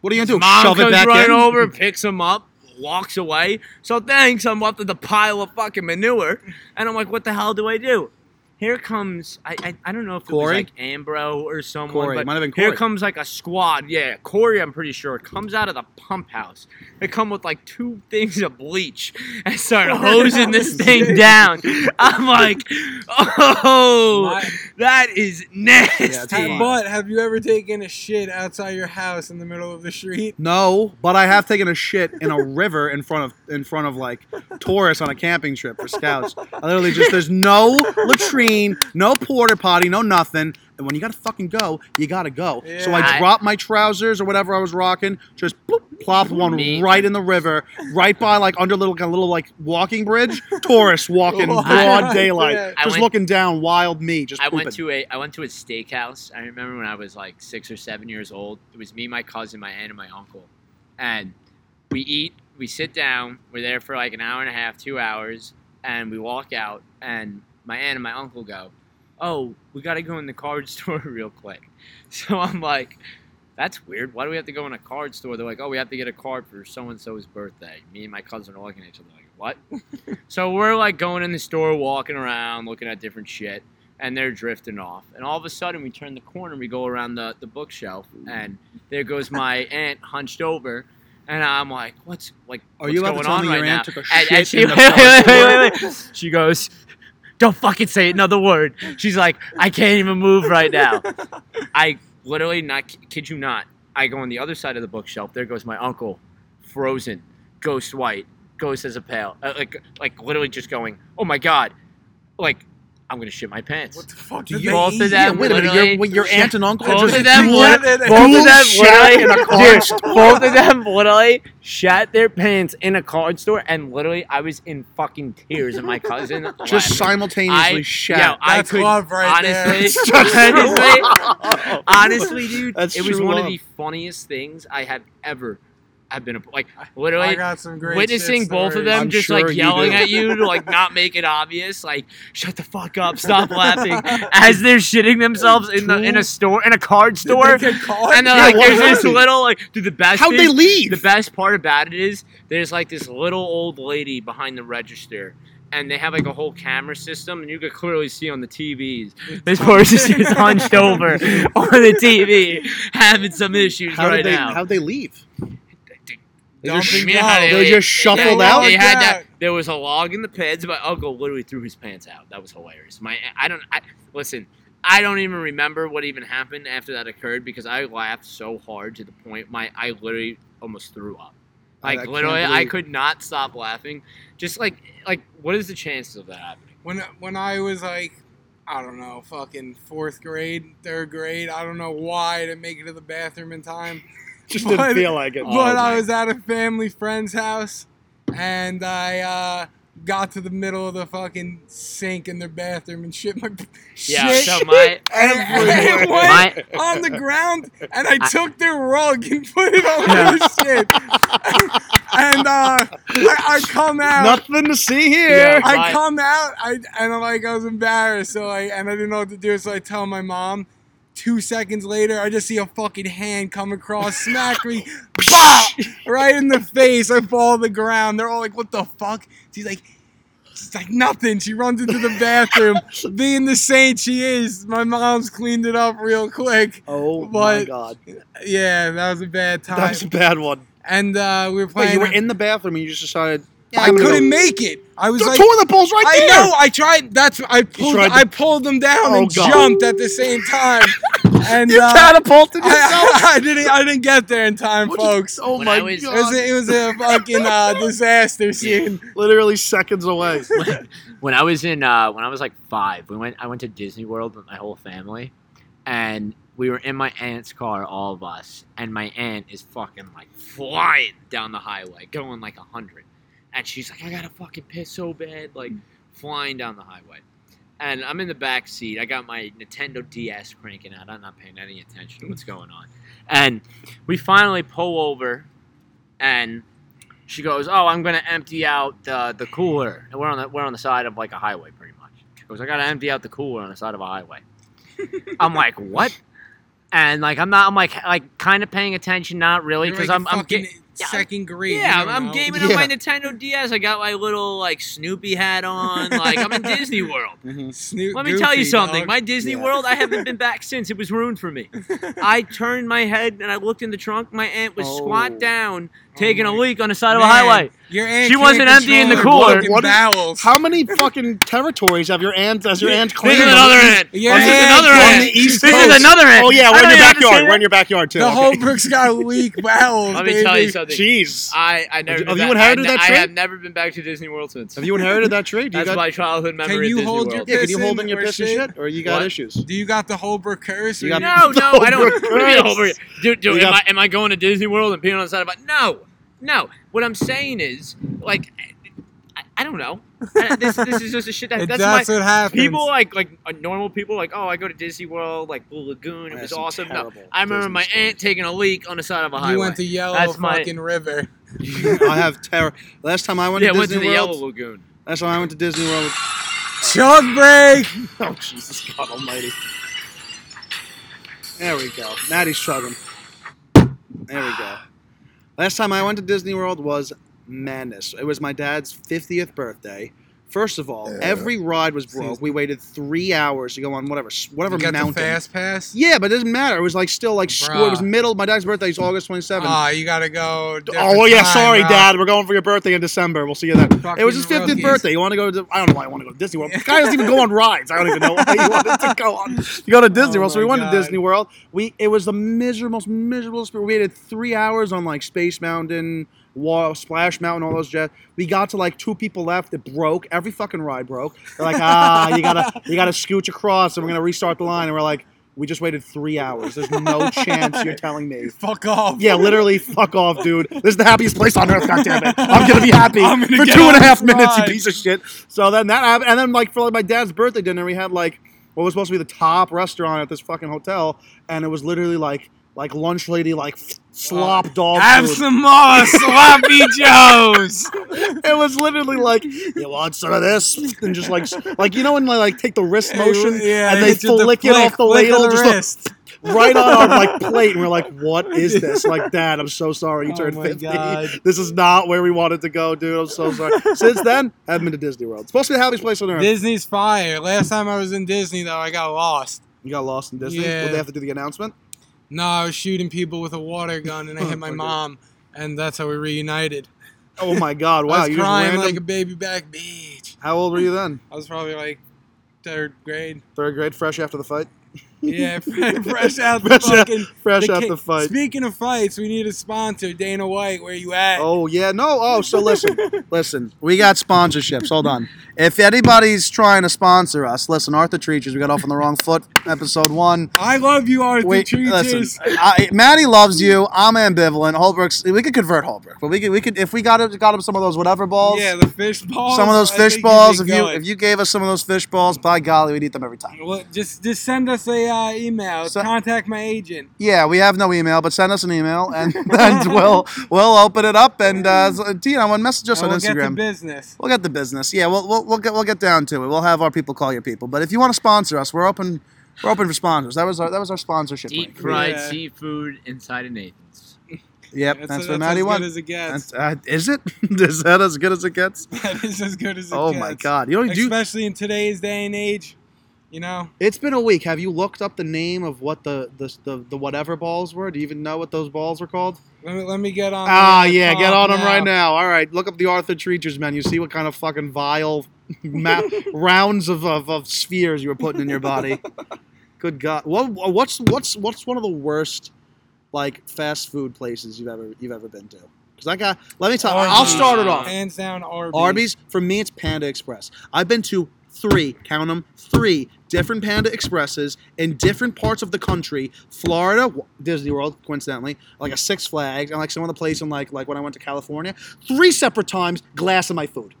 Speaker 1: What are you gonna do?
Speaker 4: mom
Speaker 1: Shove
Speaker 4: comes
Speaker 1: it back
Speaker 4: running
Speaker 1: in.
Speaker 4: over, picks him up, walks away. So thanks, I'm left with a pile of fucking manure. And I'm like, what the hell do I do? Here comes, I I, I don't know if
Speaker 1: Corey?
Speaker 4: it was like Ambro or someone,
Speaker 1: Corey,
Speaker 4: but
Speaker 1: it might have been
Speaker 4: here
Speaker 1: Corey.
Speaker 4: comes like a squad. Yeah, Corey, I'm pretty sure, comes out of the pump house. They come with like two things of bleach and start hosing this thing down. I'm like, oh,
Speaker 2: My-
Speaker 4: that is
Speaker 1: it's
Speaker 4: nasty.
Speaker 1: fine.
Speaker 2: but have you ever taken a shit outside your house in the middle of the street?
Speaker 1: No, but I have taken a shit in a river in front of in front of like tourists on a camping trip for scouts. I literally just there's no latrine clean, no porter potty, no nothing. And when you gotta fucking go, you gotta go. So I
Speaker 4: Yeah.
Speaker 1: dropped my trousers or whatever I was rocking, just bloop, plopped one
Speaker 4: Me.
Speaker 1: right in the river, right by like under little kind of little like walking bridge. Tourists walking
Speaker 2: Oh,
Speaker 1: broad
Speaker 2: yeah.
Speaker 1: daylight,
Speaker 2: I
Speaker 1: just
Speaker 4: went-
Speaker 1: looking down, wild me, just
Speaker 4: I
Speaker 1: pooping.
Speaker 4: went to a I went to a steakhouse. I remember when I was like six or seven years old. It was me, my cousin, my aunt, and my uncle, and we eat. We sit down. We're there for like an hour and a half, two hours, and we walk out. And my aunt and my uncle go, "Oh, we got to go in the card store real quick." So I'm like, "That's weird. Why do we have to go in a card store?" They're like, "Oh, we have to get a card for so and so's birthday." Me and my cousin are looking at each other like, "What?" so we're like going in the store, walking around, looking at different shit and they're drifting off. And all of a sudden, we turn the corner, we go around the, the bookshelf, and there goes my aunt hunched over. And I'm like, what's like?
Speaker 1: Are
Speaker 4: what's
Speaker 1: you about
Speaker 4: going
Speaker 1: to tell
Speaker 4: on
Speaker 1: me
Speaker 4: right
Speaker 1: your
Speaker 4: now?
Speaker 1: aunt took a
Speaker 4: And-
Speaker 1: shit
Speaker 4: and she,
Speaker 1: in the
Speaker 4: wait, wait,
Speaker 1: cupboard?
Speaker 4: wait, wait, wait. she goes, don't fucking say another word. She's like, I can't even move right now. I literally, not kid you not, I go on the other side of the bookshelf. There goes my uncle, frozen, ghost white, ghost as a pale, uh, like like literally just going, oh my god, like I'm gonna shit my pants.
Speaker 2: What the fuck?
Speaker 1: Do
Speaker 2: did
Speaker 1: you-
Speaker 2: they
Speaker 1: Well,
Speaker 4: Both
Speaker 2: eat?
Speaker 4: of them
Speaker 1: wait a minute, your,
Speaker 4: literally-
Speaker 1: wait, your aunt and uncle
Speaker 4: Both
Speaker 1: just
Speaker 4: of them
Speaker 1: blew
Speaker 4: were-
Speaker 1: it?
Speaker 2: Both
Speaker 3: Both of
Speaker 1: Who
Speaker 3: them
Speaker 1: shot
Speaker 3: literally,
Speaker 1: in a
Speaker 3: dude,
Speaker 1: card store?
Speaker 3: both of them literally shat their pants in a card store, and literally, I was in fucking tears, and my cousin
Speaker 1: Just
Speaker 4: laughed.
Speaker 1: simultaneously
Speaker 4: I-
Speaker 1: shot.
Speaker 4: yo, I
Speaker 2: That's
Speaker 4: could-
Speaker 2: love right there.
Speaker 4: honestly,
Speaker 1: Just
Speaker 4: honestly,
Speaker 1: love.
Speaker 4: honestly, dude,
Speaker 1: That's
Speaker 4: it was
Speaker 1: true
Speaker 4: one of
Speaker 1: love.
Speaker 4: the funniest things I have ever have been a, like
Speaker 2: I
Speaker 4: literally
Speaker 2: got some great
Speaker 4: witnessing
Speaker 2: shit
Speaker 4: both of
Speaker 2: stories.
Speaker 4: them
Speaker 1: I'm
Speaker 4: just
Speaker 1: sure
Speaker 4: like
Speaker 1: you
Speaker 4: yelling
Speaker 1: do.
Speaker 4: at you to like not make it obvious like shut the fuck up stop laughing as they're shitting themselves in the in a store in a card
Speaker 2: Did they
Speaker 4: store
Speaker 2: get caught?
Speaker 4: and they're
Speaker 1: Yeah,
Speaker 4: like
Speaker 1: what
Speaker 4: there's this
Speaker 1: happened?
Speaker 4: little like dude the best
Speaker 1: How'd they
Speaker 4: thing-
Speaker 1: leave?
Speaker 4: the best part about it is there's like this little old lady behind the register, and they have like a whole camera system, and you could clearly see on the TVs this person's just hunched over on the TV having some issues
Speaker 1: How
Speaker 4: right
Speaker 1: did they?
Speaker 4: now.
Speaker 1: How'd they leave? They
Speaker 2: Dumping
Speaker 1: just sh-
Speaker 4: You know how
Speaker 2: down.
Speaker 1: They just shuffled
Speaker 4: they,
Speaker 1: out?
Speaker 4: They had that.
Speaker 2: Logged
Speaker 4: There was a log in the pits. My uncle literally threw his pants out. That was hilarious. My I don't I, listen. I don't even remember what even happened after that occurred because I laughed so hard to the point my I literally almost threw up.
Speaker 1: I- I
Speaker 4: Like
Speaker 1: can't
Speaker 4: literally, I
Speaker 1: believe-
Speaker 4: could not stop laughing. Just like like what is the chances of that happening?
Speaker 2: when when I was like, I don't know, fucking fourth grade, third grade. I don't know why I didn't make it to the bathroom in time,
Speaker 1: Just
Speaker 2: But-
Speaker 1: didn't feel like it.
Speaker 4: Oh
Speaker 2: but I
Speaker 4: my-
Speaker 2: was at a family friend's house, and I uh, got to the middle of the fucking sink in their bathroom and shit my
Speaker 4: Yeah.
Speaker 2: shit
Speaker 4: So my
Speaker 2: everywhere.
Speaker 4: my
Speaker 2: on the ground, and I
Speaker 4: I-
Speaker 2: took their rug and put it on their shit. and uh, I, I come out.
Speaker 1: Nothing to see here.
Speaker 4: Yeah.
Speaker 2: I
Speaker 4: Right.
Speaker 2: come out, I and I'm like I was embarrassed, so I and I didn't know what to do, so I tell my mom. Two seconds later, I just see a fucking hand come across, smack me, bah, right in the face. I fall to the ground. They're all like, "What the fuck?" She's like, "She's like nothing." She runs into the bathroom, being the saint she is. My mom's cleaned it up real quick.
Speaker 1: Oh my
Speaker 2: But-
Speaker 1: god,
Speaker 2: Yeah, that was a bad time.
Speaker 1: that was a bad one.
Speaker 2: and uh, we were
Speaker 1: Wait,
Speaker 2: playing.
Speaker 1: you were in the bathroom and you just decided.
Speaker 2: I couldn't make it. I was
Speaker 1: The
Speaker 2: like,
Speaker 1: toilet bowl's right
Speaker 2: I
Speaker 1: there.
Speaker 2: know. I tried. That's I pulled.
Speaker 1: tried to-
Speaker 2: I pulled them down
Speaker 1: Oh,
Speaker 2: and
Speaker 1: God.
Speaker 2: jumped at the same time, and
Speaker 1: You
Speaker 2: uh,
Speaker 1: catapulted yourself.
Speaker 2: I, I didn't. I didn't get there in time,
Speaker 1: What the-
Speaker 2: folks.
Speaker 1: oh
Speaker 4: When
Speaker 1: my
Speaker 4: I was-
Speaker 2: It was,
Speaker 1: god!
Speaker 2: a, it was a fucking uh, disaster scene.
Speaker 1: Literally seconds away.
Speaker 4: when, when I was in uh, when I was like five, we went I went to Disney World with my whole family, and we were in my aunt's car, all of us, and my aunt is fucking like flying down the highway, going like a hundred, and she's like, I gotta fucking piss so bad, like
Speaker 2: Mm.
Speaker 4: flying down the highway. And I'm in the back seat. I got my Nintendo DS cranking out. I'm not paying any attention to what's
Speaker 2: Mm.
Speaker 4: going on. And we finally pull over, and she goes, "Oh, I'm gonna empty out uh, the cooler." And we're on the we're on the side of like a highway, pretty much. She goes, "I gotta empty out the cooler on the side of a highway." I'm like, "What?" And like, I'm not. I'm like, like kind of paying attention, not really,
Speaker 2: You're
Speaker 4: because
Speaker 2: like
Speaker 4: I'm I'm
Speaker 2: fucking
Speaker 4: ga- yeah,
Speaker 2: second grade.
Speaker 4: yeah,
Speaker 2: you
Speaker 4: I'm,
Speaker 2: don't
Speaker 4: I'm
Speaker 2: know.
Speaker 4: gaming
Speaker 1: Yeah.
Speaker 4: on my Nintendo DS. I got my little like Snoopy hat on. Like I'm in Disney World.
Speaker 1: Mm-hmm.
Speaker 2: Snoot
Speaker 4: Let me tell you
Speaker 2: Goofy,
Speaker 4: something.
Speaker 2: dog.
Speaker 4: My Disney
Speaker 1: Yeah.
Speaker 4: World, I haven't been back since. It was ruined for me. I turned my head and I looked in the trunk. My aunt was
Speaker 1: Oh.
Speaker 4: squat down, taking a
Speaker 2: my
Speaker 4: leak on the side of a
Speaker 2: Man,
Speaker 4: highway.
Speaker 2: your aunt
Speaker 4: She
Speaker 2: can't
Speaker 4: wasn't
Speaker 2: control
Speaker 4: emptying the
Speaker 2: her
Speaker 4: cooler.
Speaker 2: fucking
Speaker 5: What is-
Speaker 2: bowels.
Speaker 5: How many fucking territories have your aunt has your aunt
Speaker 4: This
Speaker 5: claimed?
Speaker 4: is another ant.
Speaker 2: Yeah,
Speaker 4: this is
Speaker 2: yeah,
Speaker 4: another
Speaker 2: yeah.
Speaker 5: on
Speaker 4: ant.
Speaker 5: the East
Speaker 4: this
Speaker 5: Coast.
Speaker 4: is another ant.
Speaker 5: Oh yeah,
Speaker 4: I
Speaker 5: we're in your
Speaker 4: don't even have to say
Speaker 5: backyard. We're in
Speaker 4: that.
Speaker 5: your backyard too.
Speaker 2: the
Speaker 5: okay.
Speaker 2: whole Brooks got leak bowels.
Speaker 4: Let me tell you
Speaker 2: baby.
Speaker 4: something.
Speaker 5: Jeez.
Speaker 4: I, I
Speaker 5: Have
Speaker 4: never.
Speaker 5: you- have you
Speaker 4: been back-
Speaker 5: inherited
Speaker 4: I, ne-
Speaker 5: that
Speaker 4: I
Speaker 5: trait?
Speaker 4: have never been back to Disney World since.
Speaker 5: Have you inherited that trait? Do you
Speaker 4: That's
Speaker 5: got,
Speaker 4: my childhood memory.
Speaker 2: you
Speaker 4: of Disney
Speaker 2: hold
Speaker 4: World.
Speaker 2: your-
Speaker 5: yeah, can you hold in
Speaker 2: Pissing
Speaker 5: your
Speaker 2: or
Speaker 5: piss and
Speaker 2: shit?
Speaker 5: shit, or you got
Speaker 4: What?
Speaker 5: issues?
Speaker 2: Do you got the Holbrook curse?
Speaker 5: You
Speaker 2: Or
Speaker 5: got-
Speaker 2: you-
Speaker 4: No, no, I don't.
Speaker 5: Over
Speaker 4: What do you mean
Speaker 5: Christ.
Speaker 4: over here? Dude, dude,
Speaker 5: We
Speaker 4: am,
Speaker 5: got-
Speaker 4: I, am I going to Disney World and peeing on the side of my? No, no. What I'm saying is, like, I, I don't know. I, this, this is just a shit that
Speaker 2: It-
Speaker 4: that's,
Speaker 2: that's
Speaker 4: my.
Speaker 2: what happens.
Speaker 4: People like like uh, normal people like oh I go to Disney World like Blue Lagoon it was awesome no I remember my aunt taking a leak on the side of a highway
Speaker 2: you went to Yellow
Speaker 4: That's my-
Speaker 2: fucking River.
Speaker 1: I have terror. Last time I went
Speaker 4: yeah
Speaker 1: to
Speaker 4: went to
Speaker 1: Disney
Speaker 4: the Yellow
Speaker 1: World.
Speaker 4: Lagoon
Speaker 1: Last time I went to Disney World.
Speaker 2: Chug break.
Speaker 5: Oh Jesus God Almighty!
Speaker 1: There we go. Maddie's struggling. There we go. Last time I went to Disney World was madness. It was my dad's 50th birthday. First of all, every ride was broke. We waited three hours to go on whatever whatever
Speaker 2: You got
Speaker 1: mountain.
Speaker 2: the fast pass.
Speaker 1: Yeah, but it doesn't matter. It was like still like score. It was
Speaker 2: Bruh.
Speaker 1: middle. My dad's birthday is August 27th.
Speaker 2: Ah, you gotta go.
Speaker 5: Oh well, yeah. Sorry,
Speaker 2: Dad.
Speaker 5: Dad. We're going for your birthday in December. We'll see you then. It was his
Speaker 2: Fucking
Speaker 5: 50th
Speaker 2: rookies.
Speaker 5: birthday. You want to go to? I don't know why I want to go to Disney World. The guy doesn't even go on rides. I don't even know why he wanted to go on. You go to Disney
Speaker 2: Oh
Speaker 5: World, so we
Speaker 2: my
Speaker 5: went
Speaker 2: God.
Speaker 5: to Disney World.
Speaker 1: We it was the miserable, most miserable. experience. We waited three hours on like Space Mountain, Wall, Splash Mountain, all those jets. We got to like two people left. It broke. Every fucking ride broke. They're like, ah, you gotta, you gotta scooch across, and we're gonna restart the line. And we're like, we just waited three hours. There's no chance you're telling me.
Speaker 2: Fuck off.
Speaker 5: Yeah, literally, fuck off, dude. This is the happiest place on earth, goddammit. I'm gonna be happy
Speaker 2: I'm gonna
Speaker 5: for
Speaker 2: get
Speaker 5: two
Speaker 2: on
Speaker 5: and a half
Speaker 2: this
Speaker 5: minutes, you
Speaker 2: ride.
Speaker 5: piece of shit. So then that happened, and then like for like my dad's birthday dinner, we had like what was supposed to be the top restaurant at this fucking hotel, and it was literally like like lunch lady like slop dog.
Speaker 2: Have
Speaker 5: food.
Speaker 2: some more sloppy joes.
Speaker 5: It was literally like you want some of this, and just like like you know when they like take the wrist motion and they
Speaker 2: it's just
Speaker 5: full
Speaker 2: a
Speaker 5: lick it off the
Speaker 2: flick of
Speaker 5: ladle,
Speaker 2: the
Speaker 5: just look
Speaker 2: wrist.
Speaker 5: right on our like plate, and we're like, "What is this?" Like, Dad, I'm so sorry you
Speaker 2: Oh
Speaker 5: turned
Speaker 2: my
Speaker 5: 50.
Speaker 2: God.
Speaker 5: This is not where we wanted to go, dude. I'm so sorry. Since then, I haven't been to Disney World. It's supposed to be the happiest place on earth.
Speaker 2: Disney's fire. Last time I was in Disney though, I got lost.
Speaker 5: you got lost in Disney.
Speaker 2: Yeah.
Speaker 5: Would they have to do the announcement?
Speaker 2: No, I was shooting people with a water gun and I hit my
Speaker 5: Okay.
Speaker 2: mom, and that's how we reunited.
Speaker 5: Oh my God!
Speaker 2: I
Speaker 5: Wow,
Speaker 2: was
Speaker 5: you just
Speaker 2: crying
Speaker 5: random.
Speaker 2: like a baby back bitch.
Speaker 5: How old were you then?
Speaker 2: I was probably like third grade.
Speaker 5: Third grade, fresh after the fight.
Speaker 2: Yeah, fresh out the
Speaker 5: Fresh out-
Speaker 2: fucking.
Speaker 5: Fresh
Speaker 2: the
Speaker 5: after
Speaker 2: ki-
Speaker 5: the fight.
Speaker 2: Speaking of fights, we need a sponsor. Dana White, where you at?
Speaker 1: Oh yeah, no. Oh, so listen, listen. We got sponsorships. Hold on. If anybody's trying to sponsor us, listen. Arthur Treacher's. We got off on the wrong foot. Episode one.
Speaker 2: I love you, Arthur
Speaker 1: Wait,
Speaker 2: Treacher's.
Speaker 1: listen. I, Maddie loves you. I'm ambivalent. Holbrook's. We could convert Holbrook, but we could. We could if we got him, got him some of those whatever balls.
Speaker 2: Yeah, the fish balls.
Speaker 1: some of those
Speaker 2: I
Speaker 1: fish
Speaker 2: think
Speaker 1: balls. If
Speaker 2: you'd be
Speaker 1: you
Speaker 2: good.
Speaker 1: if you gave us some of those fish balls, by golly, we'd eat them every time.
Speaker 2: Well, just just send us a uh, email.
Speaker 1: So-
Speaker 2: Contact my agent.
Speaker 1: Yeah, we have no email, but send us an email, and, and we'll we'll open it up. And uh, you know, and message us
Speaker 2: and
Speaker 1: on
Speaker 2: we'll get to
Speaker 1: Instagram.
Speaker 2: business.
Speaker 1: We'll get the business. Yeah, we'll, we'll, we'll get we'll get down to it. We'll have our people call your people. But if you want to sponsor us, we're open. We're open for sponsors. That was our that was our sponsorship.
Speaker 4: deep
Speaker 1: break.
Speaker 4: fried
Speaker 2: Yeah.
Speaker 4: seafood inside of Nathan's
Speaker 1: Yep, that's,
Speaker 2: a-
Speaker 1: what
Speaker 2: as
Speaker 1: Maddie
Speaker 2: good
Speaker 1: wants.
Speaker 2: as it gets.
Speaker 1: That's- Uh, is it? is that as good as it gets?
Speaker 2: That is as good as it
Speaker 1: oh
Speaker 2: gets.
Speaker 1: my God! You know, do you,
Speaker 2: Especially in today's day and age, you know.
Speaker 1: it's been a week. Have you looked up the name of what the the, the, the whatever balls were? Do you even know what those balls were called?
Speaker 2: Let me, let me get on.
Speaker 1: Ah,
Speaker 2: the
Speaker 1: yeah,
Speaker 2: top
Speaker 1: get on them right now. All right, look up the Arthur Treacher's menu. See what kind of fucking vile ma- rounds of, of, of spheres you were putting in your body. Good God, what, what's what's what's one of the worst like fast food places you've ever you've ever been to? Because I got. Let me tell. I'll
Speaker 2: Arby's.
Speaker 1: start it off.
Speaker 2: Hands down, Arby's.
Speaker 1: Arby's for me, it's Panda Express. I've been to three, count them, three different Panda Expresses in different parts of the country. Florida, w- Disney World, coincidentally, like a Six Flags, and like some other place in like like when I went to California. Three separate times, glass in my food.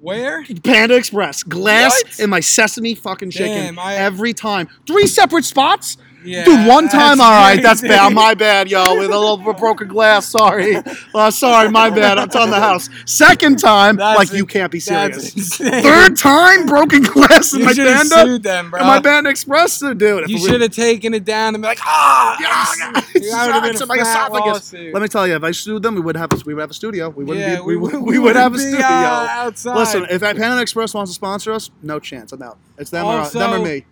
Speaker 2: Where?
Speaker 1: Panda Express, glass
Speaker 2: What?
Speaker 1: in my sesame fucking chicken
Speaker 2: Damn, I-
Speaker 1: every time. Three separate spots.
Speaker 2: Yeah.
Speaker 1: Dude, one time,
Speaker 2: that's
Speaker 1: all right, that's
Speaker 2: crazy.
Speaker 1: bad. My bad, yo. With a little broken glass, sorry. Uh, sorry, my bad. It's on the house. Second time,
Speaker 2: That's
Speaker 1: like,
Speaker 2: in-
Speaker 1: you can't be serious.
Speaker 2: That's insane.
Speaker 1: Third time, broken glass in
Speaker 2: you
Speaker 1: my
Speaker 2: should have
Speaker 1: panda.
Speaker 2: sued them, bro.
Speaker 1: And my band express, dude. If
Speaker 2: you
Speaker 1: we-
Speaker 2: should have taken it down and be like, ah,
Speaker 1: Yeah, yeah.
Speaker 2: Dude, I would've been
Speaker 1: It's
Speaker 2: a
Speaker 1: like a
Speaker 2: fat
Speaker 1: esophagus.
Speaker 2: lawsuit.
Speaker 1: Let me tell you, if I sued them, we would have a, we would have a studio. We wouldn't
Speaker 2: yeah,
Speaker 1: be, we, would,
Speaker 2: wou-
Speaker 1: we, would have a
Speaker 2: wouldn't be,
Speaker 1: studio.
Speaker 2: uh, outside.
Speaker 1: Listen, if that Panda Express wants to sponsor us, no chance. I'm out. It's them
Speaker 2: Also-
Speaker 1: or them or me.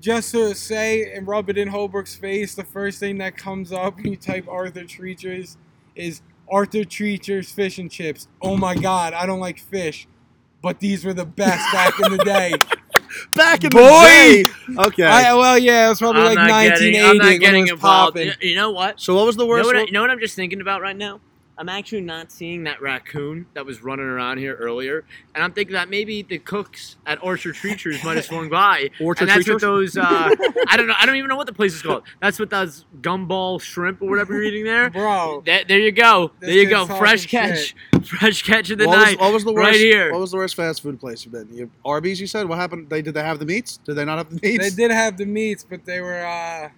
Speaker 2: just to say and rub it in Holbrook's face, the first thing that comes up when you type Arthur Treacher's is Arthur Treacher's fish and chips. Oh my God, I don't like fish, but these were the best back in the day.
Speaker 1: Back in
Speaker 2: Boy!
Speaker 1: the day. Okay.
Speaker 2: I, well, yeah, it was probably
Speaker 4: I'm
Speaker 2: like
Speaker 4: not
Speaker 2: 1980
Speaker 4: getting, I'm not
Speaker 2: when it
Speaker 4: getting
Speaker 2: was
Speaker 4: involved.
Speaker 2: popping.
Speaker 4: You- You know what?
Speaker 1: so what was the
Speaker 4: You know
Speaker 1: worst?
Speaker 4: what, I, you know what I'm just thinking about right now? I'm actually not seeing that raccoon that was running around here earlier, and I'm thinking that maybe the cooks at Orchard Treachers might have swung by,
Speaker 1: Orchard
Speaker 4: and that's
Speaker 1: Treachers?
Speaker 4: what those uh, I don't know, I don't even know what the place is called. That's what those gumball shrimp or whatever you're eating there.
Speaker 2: Bro,
Speaker 4: There, there you go,
Speaker 2: This
Speaker 4: there you
Speaker 2: kid's
Speaker 4: go,
Speaker 2: talking
Speaker 4: fresh
Speaker 2: shit.
Speaker 4: catch, fresh catch of the
Speaker 1: what, was,
Speaker 4: night.
Speaker 1: what was the worst?
Speaker 4: right here.
Speaker 1: What was the worst fast food place you've been? You, Arby's, you said. What happened? They did they have the meats? Did they not have the meats?
Speaker 2: they did have the meats, but they were, uh,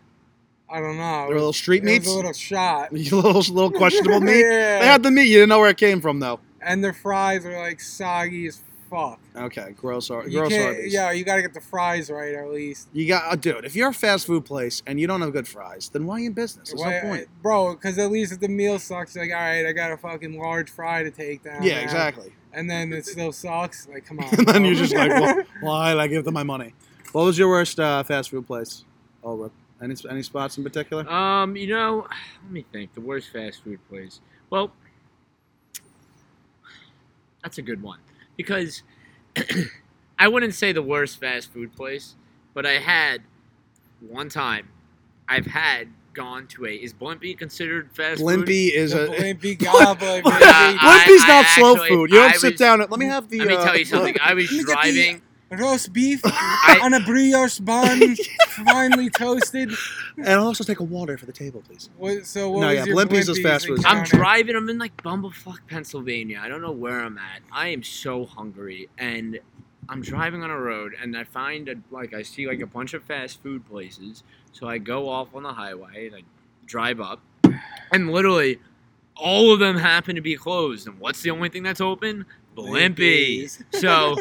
Speaker 2: I don't know.
Speaker 1: They were little
Speaker 2: it
Speaker 1: street
Speaker 2: was
Speaker 1: meats.
Speaker 2: a little shot.
Speaker 1: little little questionable meat.
Speaker 2: Yeah.
Speaker 1: They had the meat. You didn't know where it came from though.
Speaker 2: and their fries are like soggy as fuck.
Speaker 1: Okay, gross. Ar-
Speaker 2: You
Speaker 1: gross
Speaker 2: can't,
Speaker 1: Arby's.
Speaker 2: yeah, you gotta get the fries right at least.
Speaker 1: You got, uh, dude. If you're a fast food place and you don't have good fries, then why are you in business? There's
Speaker 2: Why- uh,
Speaker 1: no point.
Speaker 2: bro. Because at least if the meal sucks, you're like, all right, I got a fucking large fry to take down.
Speaker 1: yeah,
Speaker 2: now."
Speaker 1: exactly.
Speaker 2: And then it still sucks. Like, come on.
Speaker 1: and then
Speaker 2: bro.
Speaker 1: you're just like, well, why? did I give them my money. What was your worst uh, fast food place? Oh, Rip. Any any spots in particular?
Speaker 4: Um, you know, let me think. The worst fast food place. Well, that's a good one because I wouldn't say the worst fast food place, but I had one time. I've had gone to a. Is Blimpie considered fast food?
Speaker 1: Blimpy is
Speaker 2: The
Speaker 1: a.
Speaker 2: blimpy gobbler,
Speaker 1: Blimp-
Speaker 2: baby.
Speaker 4: I-
Speaker 1: Blimpy's
Speaker 4: I
Speaker 1: not slow
Speaker 4: actually-
Speaker 1: food. You don't
Speaker 4: I
Speaker 1: sit
Speaker 4: was-
Speaker 1: down. And, let me have the.
Speaker 4: Let me
Speaker 1: uh,
Speaker 4: tell you something. I was
Speaker 2: Let me get the-
Speaker 4: driving.
Speaker 2: Roast beef on a brioche bun, finely toasted.
Speaker 1: And I'll also take a water for the table, please.
Speaker 2: What, so what
Speaker 1: No,
Speaker 2: was
Speaker 1: yeah,
Speaker 2: your
Speaker 1: Blimpies is
Speaker 2: Blimpies
Speaker 1: fast food.
Speaker 2: encounter?
Speaker 4: I'm driving. I'm in like Bumblefuck, Pennsylvania. I don't know where I'm at. I am so hungry, and I'm driving on a road, and I find a, like I see like a bunch of fast food places. So I go off on the highway and I drive up, and literally, all of them happen to be closed. And what's the only thing that's open? Blimpies. So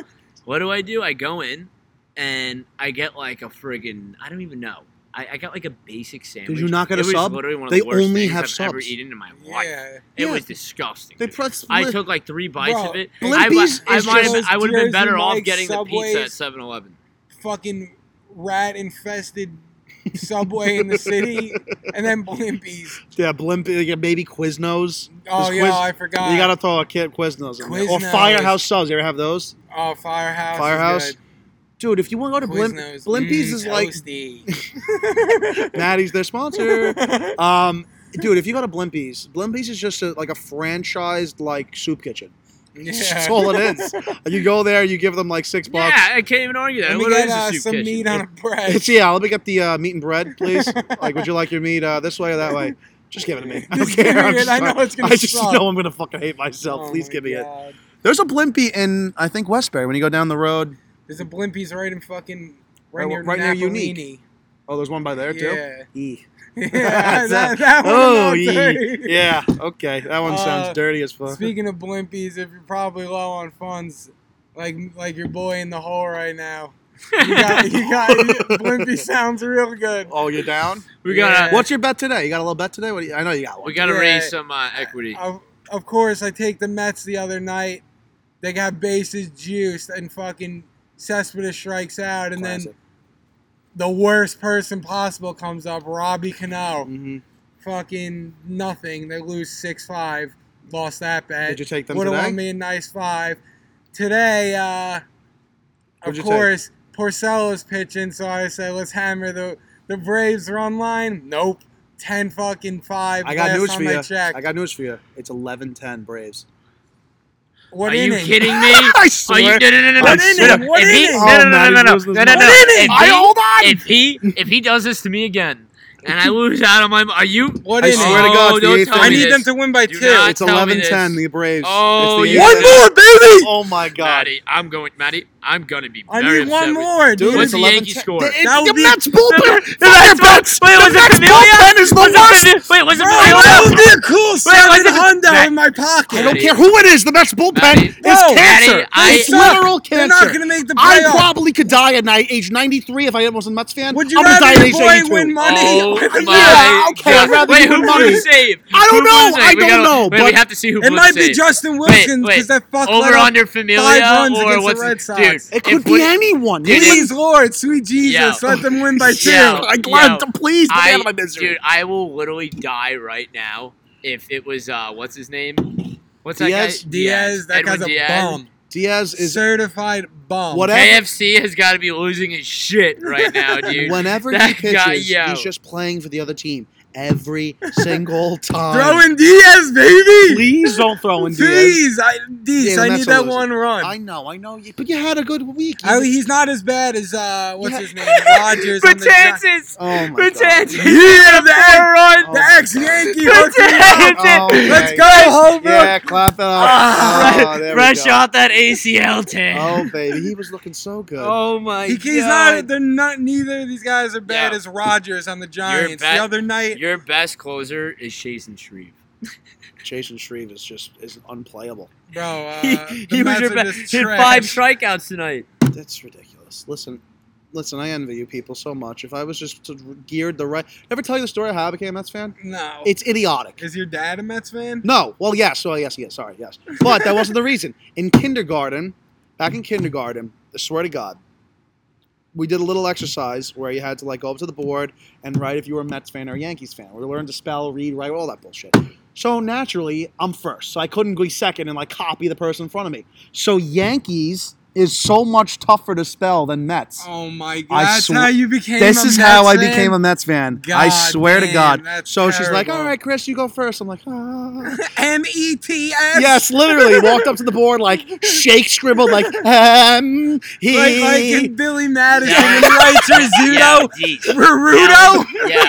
Speaker 4: what do I do? I go in, and I get like a friggin' I don't even know. I, I got like a basic sandwich.
Speaker 1: you not get a
Speaker 4: It was
Speaker 1: sub?
Speaker 4: literally one of
Speaker 1: They
Speaker 4: the worst
Speaker 1: only
Speaker 4: things
Speaker 1: have
Speaker 4: I've ever
Speaker 1: subs.
Speaker 4: eaten in my life.
Speaker 2: Yeah.
Speaker 4: It
Speaker 1: Yeah.
Speaker 4: was disgusting.
Speaker 1: They
Speaker 4: dude.
Speaker 1: pressed.
Speaker 4: I took like three bites
Speaker 2: Bro,
Speaker 4: of it.
Speaker 1: Blimpies
Speaker 4: I, wa- I
Speaker 1: is
Speaker 4: might have been,
Speaker 2: just
Speaker 4: I would have
Speaker 2: Jersey
Speaker 4: been better off
Speaker 2: Mike's,
Speaker 4: getting the pizza at
Speaker 2: Subways.
Speaker 4: 7-Eleven.
Speaker 2: fucking rat infested subway in the city, and then Blimpies.
Speaker 1: Yeah, Blimpy. You got baby Quiznos.
Speaker 2: Oh
Speaker 1: Just
Speaker 2: yeah,
Speaker 1: quiz-
Speaker 2: I forgot.
Speaker 1: You gotta throw a kid Quiznos in there. Or
Speaker 2: Quiznos.
Speaker 1: Firehouse subs. You ever have those?
Speaker 2: oh, Firehouse.
Speaker 1: Firehouse?
Speaker 2: Is
Speaker 1: Dude, if you want to go
Speaker 2: good.
Speaker 1: to Blimp,
Speaker 2: Quiznos,
Speaker 1: Blimpies
Speaker 2: mm,
Speaker 1: is like
Speaker 2: toasty.
Speaker 1: Natty's their sponsor. um, dude, if you go to Blimpies, Blimpies is just a, like a franchised like soup kitchen.
Speaker 2: yeah.
Speaker 1: That's all it is. You go there, you give them like six bucks.
Speaker 4: Yeah, I can't even argue that.
Speaker 2: Let
Speaker 4: It
Speaker 2: me get
Speaker 4: literally is a
Speaker 2: uh,
Speaker 4: soup
Speaker 2: some
Speaker 4: kitchen.
Speaker 2: meat on a bread.
Speaker 1: It's yeah. Let me get the uh, meat and bread, please. like, would you like your meat uh, this way or that way? Just give it to me. I don't
Speaker 2: Just give
Speaker 1: care.
Speaker 2: me
Speaker 1: I'm
Speaker 2: it.
Speaker 1: just
Speaker 2: I
Speaker 1: trying-
Speaker 2: know it's gonna
Speaker 1: I just
Speaker 2: suck.
Speaker 1: know I'm gonna fucking hate myself.
Speaker 2: Oh
Speaker 1: please
Speaker 2: my
Speaker 1: give me it.
Speaker 2: God.
Speaker 6: There's a Blimpie in I think Westbury when you go down the road.
Speaker 2: There's a Blimpies right in fucking right,
Speaker 1: Right-
Speaker 2: near
Speaker 1: right near
Speaker 2: Napolini.
Speaker 1: Unique. Oh, there's one by there too.
Speaker 2: Yeah.
Speaker 1: E.
Speaker 2: yeah that,
Speaker 1: That's
Speaker 2: that one
Speaker 1: Oh,
Speaker 2: not
Speaker 1: yeah.
Speaker 2: dirty.
Speaker 1: yeah. Okay, that one
Speaker 2: Uh,
Speaker 1: sounds dirty as fuck.
Speaker 2: Speaking of blimpies, if you're probably low on funds, like like your boy in the hole right now, you got, you got blimpy sounds real good.
Speaker 1: Oh, you're down.
Speaker 4: we gotta
Speaker 2: Yeah.
Speaker 1: What's your bet today? You got a little bet today? What do you, I know you got one.
Speaker 4: we gotta
Speaker 2: Yeah.
Speaker 4: raise some uh, equity.
Speaker 2: Of, of course, I take the Mets the other night. They got bases juiced and fucking Cespedes strikes out, and then the worst person possible comes up, Robbie Cano.
Speaker 1: hmm
Speaker 2: Fucking nothing. They lose six five. Lost that bet.
Speaker 1: Did you take them
Speaker 2: Would have
Speaker 1: today?
Speaker 2: won me a nice five. Today, uh,
Speaker 1: Who'd
Speaker 2: of
Speaker 1: you take?
Speaker 2: course, Porcello's pitching, so I said, let's hammer the the Braves run line. Nope. 10 fucking 5.
Speaker 1: I got
Speaker 2: last
Speaker 1: news
Speaker 2: time
Speaker 1: for you.
Speaker 2: I checked.
Speaker 1: I got news for you. It's 11-10 Braves.
Speaker 2: what
Speaker 4: Are you
Speaker 2: inning?
Speaker 4: kidding me?
Speaker 1: I
Speaker 4: Are you,
Speaker 1: swear.
Speaker 4: no, no, no, no,
Speaker 1: I
Speaker 4: no, no,
Speaker 1: swear.
Speaker 4: no.
Speaker 1: What
Speaker 4: If he,
Speaker 1: inning?
Speaker 4: no, no,
Speaker 1: Oh,
Speaker 4: no,
Speaker 1: Maddie
Speaker 4: no, no,
Speaker 1: loses
Speaker 4: no,
Speaker 1: this
Speaker 4: no, no,
Speaker 1: one.
Speaker 4: no.
Speaker 1: What
Speaker 4: If
Speaker 1: inning? I-
Speaker 4: he-
Speaker 1: hold on.
Speaker 4: If he, if he does this to me again, and I lose out on my, are you?
Speaker 2: What
Speaker 1: I
Speaker 2: inning?
Speaker 1: swear to
Speaker 4: Oh,
Speaker 1: God, it's the
Speaker 4: don't
Speaker 1: eighth
Speaker 4: tell
Speaker 2: I
Speaker 4: me
Speaker 2: need
Speaker 4: this.
Speaker 2: them to win by
Speaker 4: Do
Speaker 2: two.
Speaker 4: not
Speaker 1: It's
Speaker 4: tell me this.
Speaker 1: 11-10, the Braves.
Speaker 4: Oh,
Speaker 1: it's the
Speaker 4: yeah.
Speaker 1: eighth
Speaker 4: One
Speaker 1: inning.
Speaker 6: more, baby!
Speaker 1: Oh my God.
Speaker 4: Maddie, I'm going, Maddie, I'm gonna be
Speaker 2: I
Speaker 4: very
Speaker 2: need one
Speaker 4: upset with-
Speaker 2: more, dude.
Speaker 4: What's
Speaker 1: It's
Speaker 4: the
Speaker 1: 11-10.
Speaker 4: Yankee score?
Speaker 1: The-
Speaker 2: That
Speaker 1: the
Speaker 2: would be-
Speaker 1: Mets bullpen.
Speaker 4: The Mets
Speaker 1: The Mets,
Speaker 4: bull- wait, was
Speaker 1: the
Speaker 4: it
Speaker 1: Mets
Speaker 4: Familia?
Speaker 1: bullpen is the worst.
Speaker 4: Wait, was it
Speaker 2: Bro, I
Speaker 4: Maddie?
Speaker 2: love the cool seven
Speaker 4: it-
Speaker 2: Honda
Speaker 4: Matt-
Speaker 2: in my
Speaker 1: I
Speaker 2: pocket.
Speaker 1: don't care who it is. The Mets
Speaker 4: Maddie,
Speaker 1: bullpen is
Speaker 2: Maddie,
Speaker 1: cancer.
Speaker 4: I-
Speaker 1: It's literal
Speaker 2: They're not going
Speaker 1: cancer.
Speaker 2: to make the
Speaker 1: I
Speaker 2: playoffs.
Speaker 1: probably could die at night, age 93 if I wasn't a Mets fan.
Speaker 2: Would you
Speaker 1: I'm gonna die
Speaker 2: rather
Speaker 1: at
Speaker 2: your
Speaker 1: age
Speaker 2: boy
Speaker 1: 82.
Speaker 2: win money?
Speaker 4: Oh
Speaker 2: or the
Speaker 4: my
Speaker 1: Yeah, okay, I'd
Speaker 4: God.
Speaker 1: rather
Speaker 4: Wait,
Speaker 1: you
Speaker 4: who
Speaker 1: win
Speaker 4: would
Speaker 1: money.
Speaker 4: you save?
Speaker 1: I don't
Speaker 4: Who would you
Speaker 1: know.
Speaker 4: save?
Speaker 1: I
Speaker 4: We
Speaker 1: don't
Speaker 4: gotta-
Speaker 1: know,
Speaker 4: Wait, we
Speaker 1: but-
Speaker 4: have to see who
Speaker 2: It
Speaker 4: would
Speaker 2: might be
Speaker 4: save.
Speaker 2: Justin
Speaker 4: Wait,
Speaker 2: Wilson
Speaker 4: wait.
Speaker 2: because that fuck let
Speaker 4: Over
Speaker 2: up
Speaker 4: under Familia
Speaker 2: runs
Speaker 4: or
Speaker 2: against
Speaker 4: what's
Speaker 2: the Red Sox.
Speaker 4: dude?
Speaker 1: It
Speaker 4: if
Speaker 1: could
Speaker 4: we-
Speaker 1: be anyone.
Speaker 4: Dude,
Speaker 1: Please,
Speaker 2: Please, Lord, sweet Jesus,
Speaker 4: Yo.
Speaker 2: let them win by two.
Speaker 4: Yo.
Speaker 1: I glad
Speaker 4: Yo,
Speaker 1: please let me
Speaker 4: I,
Speaker 1: out of my misery.
Speaker 4: dude, I will literally die right now if it was uh, what's his name? What's
Speaker 1: Diaz?
Speaker 4: that guy?
Speaker 2: Diaz, that
Speaker 4: Edwin
Speaker 2: guy's a
Speaker 4: Diaz.
Speaker 2: bum.
Speaker 1: Diaz is
Speaker 2: Certified bum.
Speaker 1: What else?
Speaker 4: KFC has got to be losing his shit right now, dude.
Speaker 1: whenever he
Speaker 4: That
Speaker 1: pitches,
Speaker 4: guy, yo.
Speaker 1: he's just playing for the other team every single time.
Speaker 2: Throw in Diaz, baby.
Speaker 1: Please don't throw in Diaz.
Speaker 2: Please, I, Diaz,
Speaker 1: Yeah,
Speaker 2: I
Speaker 1: that's
Speaker 2: need
Speaker 1: a
Speaker 2: that
Speaker 1: loser.
Speaker 2: one run.
Speaker 1: I know, I know, you- but you had a good week. You-
Speaker 2: I, he's not as bad as uh, what's
Speaker 1: Yeah.
Speaker 2: his name, Rogers. on the Gi-
Speaker 4: Pretenses,
Speaker 1: oh my god.
Speaker 4: pretenses.
Speaker 2: Yeah, the ex,
Speaker 1: Oh
Speaker 4: run.
Speaker 2: the
Speaker 1: my
Speaker 2: ex Yankee.
Speaker 4: God.
Speaker 2: Hercules.
Speaker 1: Oh, okay.
Speaker 2: Let's go, Holbrook.
Speaker 1: Yeah, clap it up.
Speaker 4: Ah,
Speaker 1: Oh, there we
Speaker 4: Fresh
Speaker 1: go.
Speaker 4: off that ACL tear.
Speaker 1: Oh baby, he was looking so good.
Speaker 4: Oh my
Speaker 2: He- he's not. They're not. Neither of these guys are bad
Speaker 4: Yeah.
Speaker 2: as Rogers on the Giants.
Speaker 4: bet-
Speaker 2: The other night,
Speaker 4: Your best closer is Jason Shreve.
Speaker 1: Jason Shreve is just is unplayable.
Speaker 2: bro. Uh,
Speaker 4: he
Speaker 2: the
Speaker 4: he was
Speaker 2: Mets
Speaker 4: your
Speaker 2: are
Speaker 4: best.
Speaker 2: just
Speaker 4: He had
Speaker 2: trash.
Speaker 4: five strikeouts tonight.
Speaker 1: That's ridiculous. Listen, listen, I envy you people so much. If I was just sort of geared the right, ever tell you the story of how I became a Mets fan?
Speaker 2: No.
Speaker 1: It's idiotic.
Speaker 2: Is your dad a Mets fan?
Speaker 1: No, well, yes, well, yes, yes, sorry, yes, but that wasn't the reason. In kindergarten, back in kindergarten, I swear to God, we did a little exercise where you had to like go up to the board and write if you were a Mets fan or a Yankees fan. We learned to spell, read, write, all that bullshit. So naturally, I'm first, so I couldn't be second and like copy the person in front of me. So Yankees is so much tougher to spell than Mets.
Speaker 2: Oh my
Speaker 1: I
Speaker 2: god! That's
Speaker 1: swear-
Speaker 2: how you became.
Speaker 1: This
Speaker 2: a
Speaker 1: is
Speaker 2: Mets
Speaker 1: how I
Speaker 2: fan?
Speaker 1: became a Mets fan. I
Speaker 2: God
Speaker 1: swear to
Speaker 2: damn,
Speaker 1: God.
Speaker 2: that's
Speaker 1: So she's like,
Speaker 2: terrible.
Speaker 1: "All right, Chris, you go first. I'm like, "Ah."
Speaker 2: M E T S.
Speaker 1: yes, literally walked up to the board like shake scribbled like um he
Speaker 2: Like, like in Billy Madison
Speaker 4: Yeah.
Speaker 2: when he writes Rizzuto,
Speaker 4: geez.
Speaker 2: Rudo.
Speaker 4: Yeah.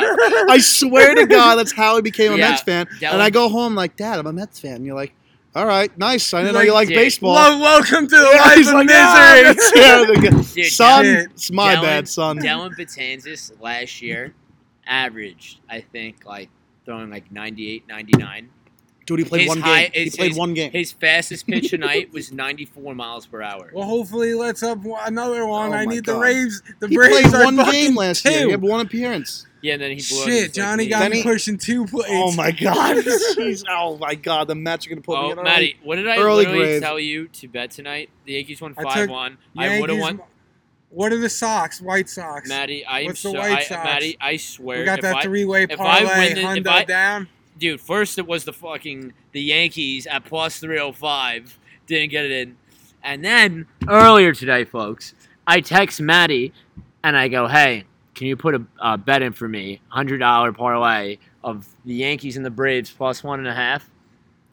Speaker 1: I swear to God, that's how I became a
Speaker 4: Yeah,
Speaker 1: Mets fan.
Speaker 4: that
Speaker 1: And
Speaker 4: was-
Speaker 1: I go home like, Dad, I'm a Mets fan. And you're like, All right, nice. I didn't know
Speaker 2: Like,
Speaker 1: you like
Speaker 4: dude,
Speaker 1: baseball.
Speaker 2: Well, welcome to the life
Speaker 1: He's
Speaker 2: of
Speaker 1: like, "Ah,
Speaker 2: misery.
Speaker 1: that's- yeah, the good-
Speaker 4: Dude,
Speaker 1: son,
Speaker 2: Dylan-
Speaker 1: it's my
Speaker 4: Dylan-
Speaker 1: bad, son.
Speaker 4: Dylan Betanzas last year averaged, I think, like throwing like 98, 99.
Speaker 1: Dude, he played
Speaker 4: his
Speaker 1: one
Speaker 4: high-
Speaker 1: game. He
Speaker 4: his-
Speaker 1: played
Speaker 4: his-
Speaker 1: one game.
Speaker 4: His fastest pitch tonight was 94 miles per hour.
Speaker 2: Well, hopefully, let's up one- another one.
Speaker 1: Oh
Speaker 2: I
Speaker 1: my
Speaker 2: need the
Speaker 1: God.
Speaker 2: Braves. The
Speaker 1: He
Speaker 2: Braves
Speaker 1: played
Speaker 2: are
Speaker 1: one
Speaker 2: fucking
Speaker 1: game last
Speaker 2: two.
Speaker 1: year. He had one appearance.
Speaker 4: Yeah, and then he blew up his,
Speaker 2: Shit,
Speaker 4: like,
Speaker 2: Johnny
Speaker 4: knee.
Speaker 2: got
Speaker 1: Then
Speaker 2: me
Speaker 1: he-
Speaker 2: pushing two plates.
Speaker 1: Oh my god. Jeez. Oh my god, the Mets are gonna put me
Speaker 4: Oh,
Speaker 1: in.
Speaker 4: Matty, what did I
Speaker 1: early
Speaker 4: literally
Speaker 1: grave.
Speaker 4: tell you to bet tonight? The Yankees won
Speaker 2: I took
Speaker 4: 5 1. I would have
Speaker 2: Yankees-
Speaker 4: won.
Speaker 2: What are the Sox? White Sox.
Speaker 4: Matty, I am
Speaker 2: What's the
Speaker 4: so.
Speaker 2: White
Speaker 4: I,
Speaker 2: Sox?
Speaker 4: Matty, I swear.
Speaker 2: we got
Speaker 4: if
Speaker 2: that
Speaker 4: I,
Speaker 2: three-way
Speaker 4: if I
Speaker 2: parlay.
Speaker 4: win it- if
Speaker 2: Hondo
Speaker 4: I-
Speaker 2: down.
Speaker 4: dude, first it was the fucking the Yankees at plus 305. Didn't get it in. And then earlier today, folks, I text Maddie and I go, hey, can you put a, a bet in for me? $100 parlay of the Yankees and the Braves plus one and a half.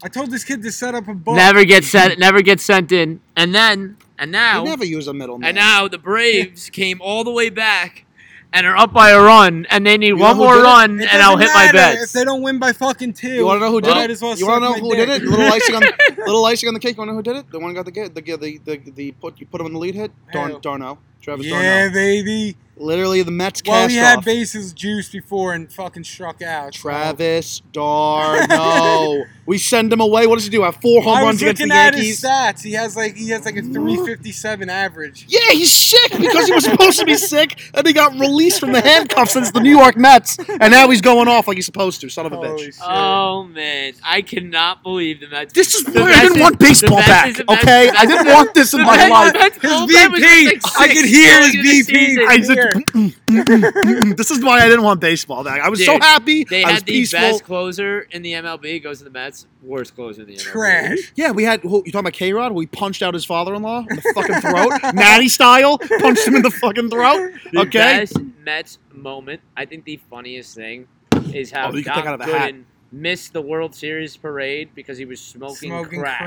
Speaker 2: I told this kid to set up a book.
Speaker 4: Never get sent. Never get sent in. And then and now
Speaker 1: He never use a middle
Speaker 4: and now the Braves came all the way back and are up by a run and they need
Speaker 1: know
Speaker 4: one
Speaker 1: who
Speaker 4: more
Speaker 1: did it?
Speaker 4: run
Speaker 2: It
Speaker 4: and I'll
Speaker 2: doesn't
Speaker 4: hit my
Speaker 2: matter
Speaker 4: bets.
Speaker 2: If they don't win by fucking two,
Speaker 1: You want to know who did
Speaker 4: Well,
Speaker 1: it?
Speaker 2: might as well
Speaker 1: you want to
Speaker 2: suck
Speaker 1: know who
Speaker 2: my dick.
Speaker 1: did it? Little icing on little icing on the cake. You want to know who did it? The one who got the get the the the, the, the put you put him in the lead hit. Darn,
Speaker 2: Who?
Speaker 1: Darno, Travis
Speaker 2: yeah,
Speaker 1: Darno.
Speaker 2: baby.
Speaker 1: Literally the Mets
Speaker 2: Well,
Speaker 1: cast
Speaker 2: he had
Speaker 1: off.
Speaker 2: bases juiced before and fucking struck out. so-
Speaker 1: Travis Darno. we send him away. What does he do? Have four home
Speaker 2: I
Speaker 1: runs
Speaker 2: was
Speaker 1: against the
Speaker 2: looking at
Speaker 1: Yankees.
Speaker 2: his stats. He has like he has like a 357 average.
Speaker 1: Yeah, he's sick because he was supposed to be sick, and he got released from the handcuffs since the New York Mets, and now he's going off like he's supposed to. Son of a bitch.
Speaker 2: Holy shit.
Speaker 4: Oh man, I cannot believe the Mets.
Speaker 1: This is
Speaker 4: The
Speaker 1: weird. I
Speaker 4: Mets
Speaker 1: didn't
Speaker 4: is-
Speaker 1: want
Speaker 4: the
Speaker 1: baseball
Speaker 4: Mets
Speaker 1: back,
Speaker 4: is the Mets-
Speaker 1: okay?
Speaker 4: the
Speaker 1: I
Speaker 4: Mets
Speaker 1: didn't
Speaker 4: is-
Speaker 1: want this in
Speaker 4: the
Speaker 1: my
Speaker 4: Mets-
Speaker 1: life.
Speaker 4: the Mets bullpen was
Speaker 2: BP.
Speaker 4: like
Speaker 2: I
Speaker 4: six
Speaker 2: could hear his
Speaker 4: going into the
Speaker 2: BP.
Speaker 4: season.
Speaker 1: I
Speaker 2: Right
Speaker 1: just,
Speaker 2: here.
Speaker 1: mm, mm, mm, mm, mm. this is why I didn't want baseball back. I was so
Speaker 4: Dude,
Speaker 1: happy.
Speaker 4: They
Speaker 1: I was
Speaker 4: had the
Speaker 1: peaceful.
Speaker 4: best closer in the MLB goes to the Mets. Worst closer in the MLB.
Speaker 2: Trash.
Speaker 1: Yeah, we had. Who, you talking about K Rod? We punched out his father-in-law in the fucking throat, natty style. Punched him in the fucking throat.
Speaker 4: The
Speaker 1: Okay.
Speaker 4: best Mets moment. I think the funniest thing is how
Speaker 1: Oh, you can
Speaker 4: Doc
Speaker 1: pick out of a hat.
Speaker 4: Gooden missed the World Series parade because he was smoking,
Speaker 2: Smoking
Speaker 4: crack.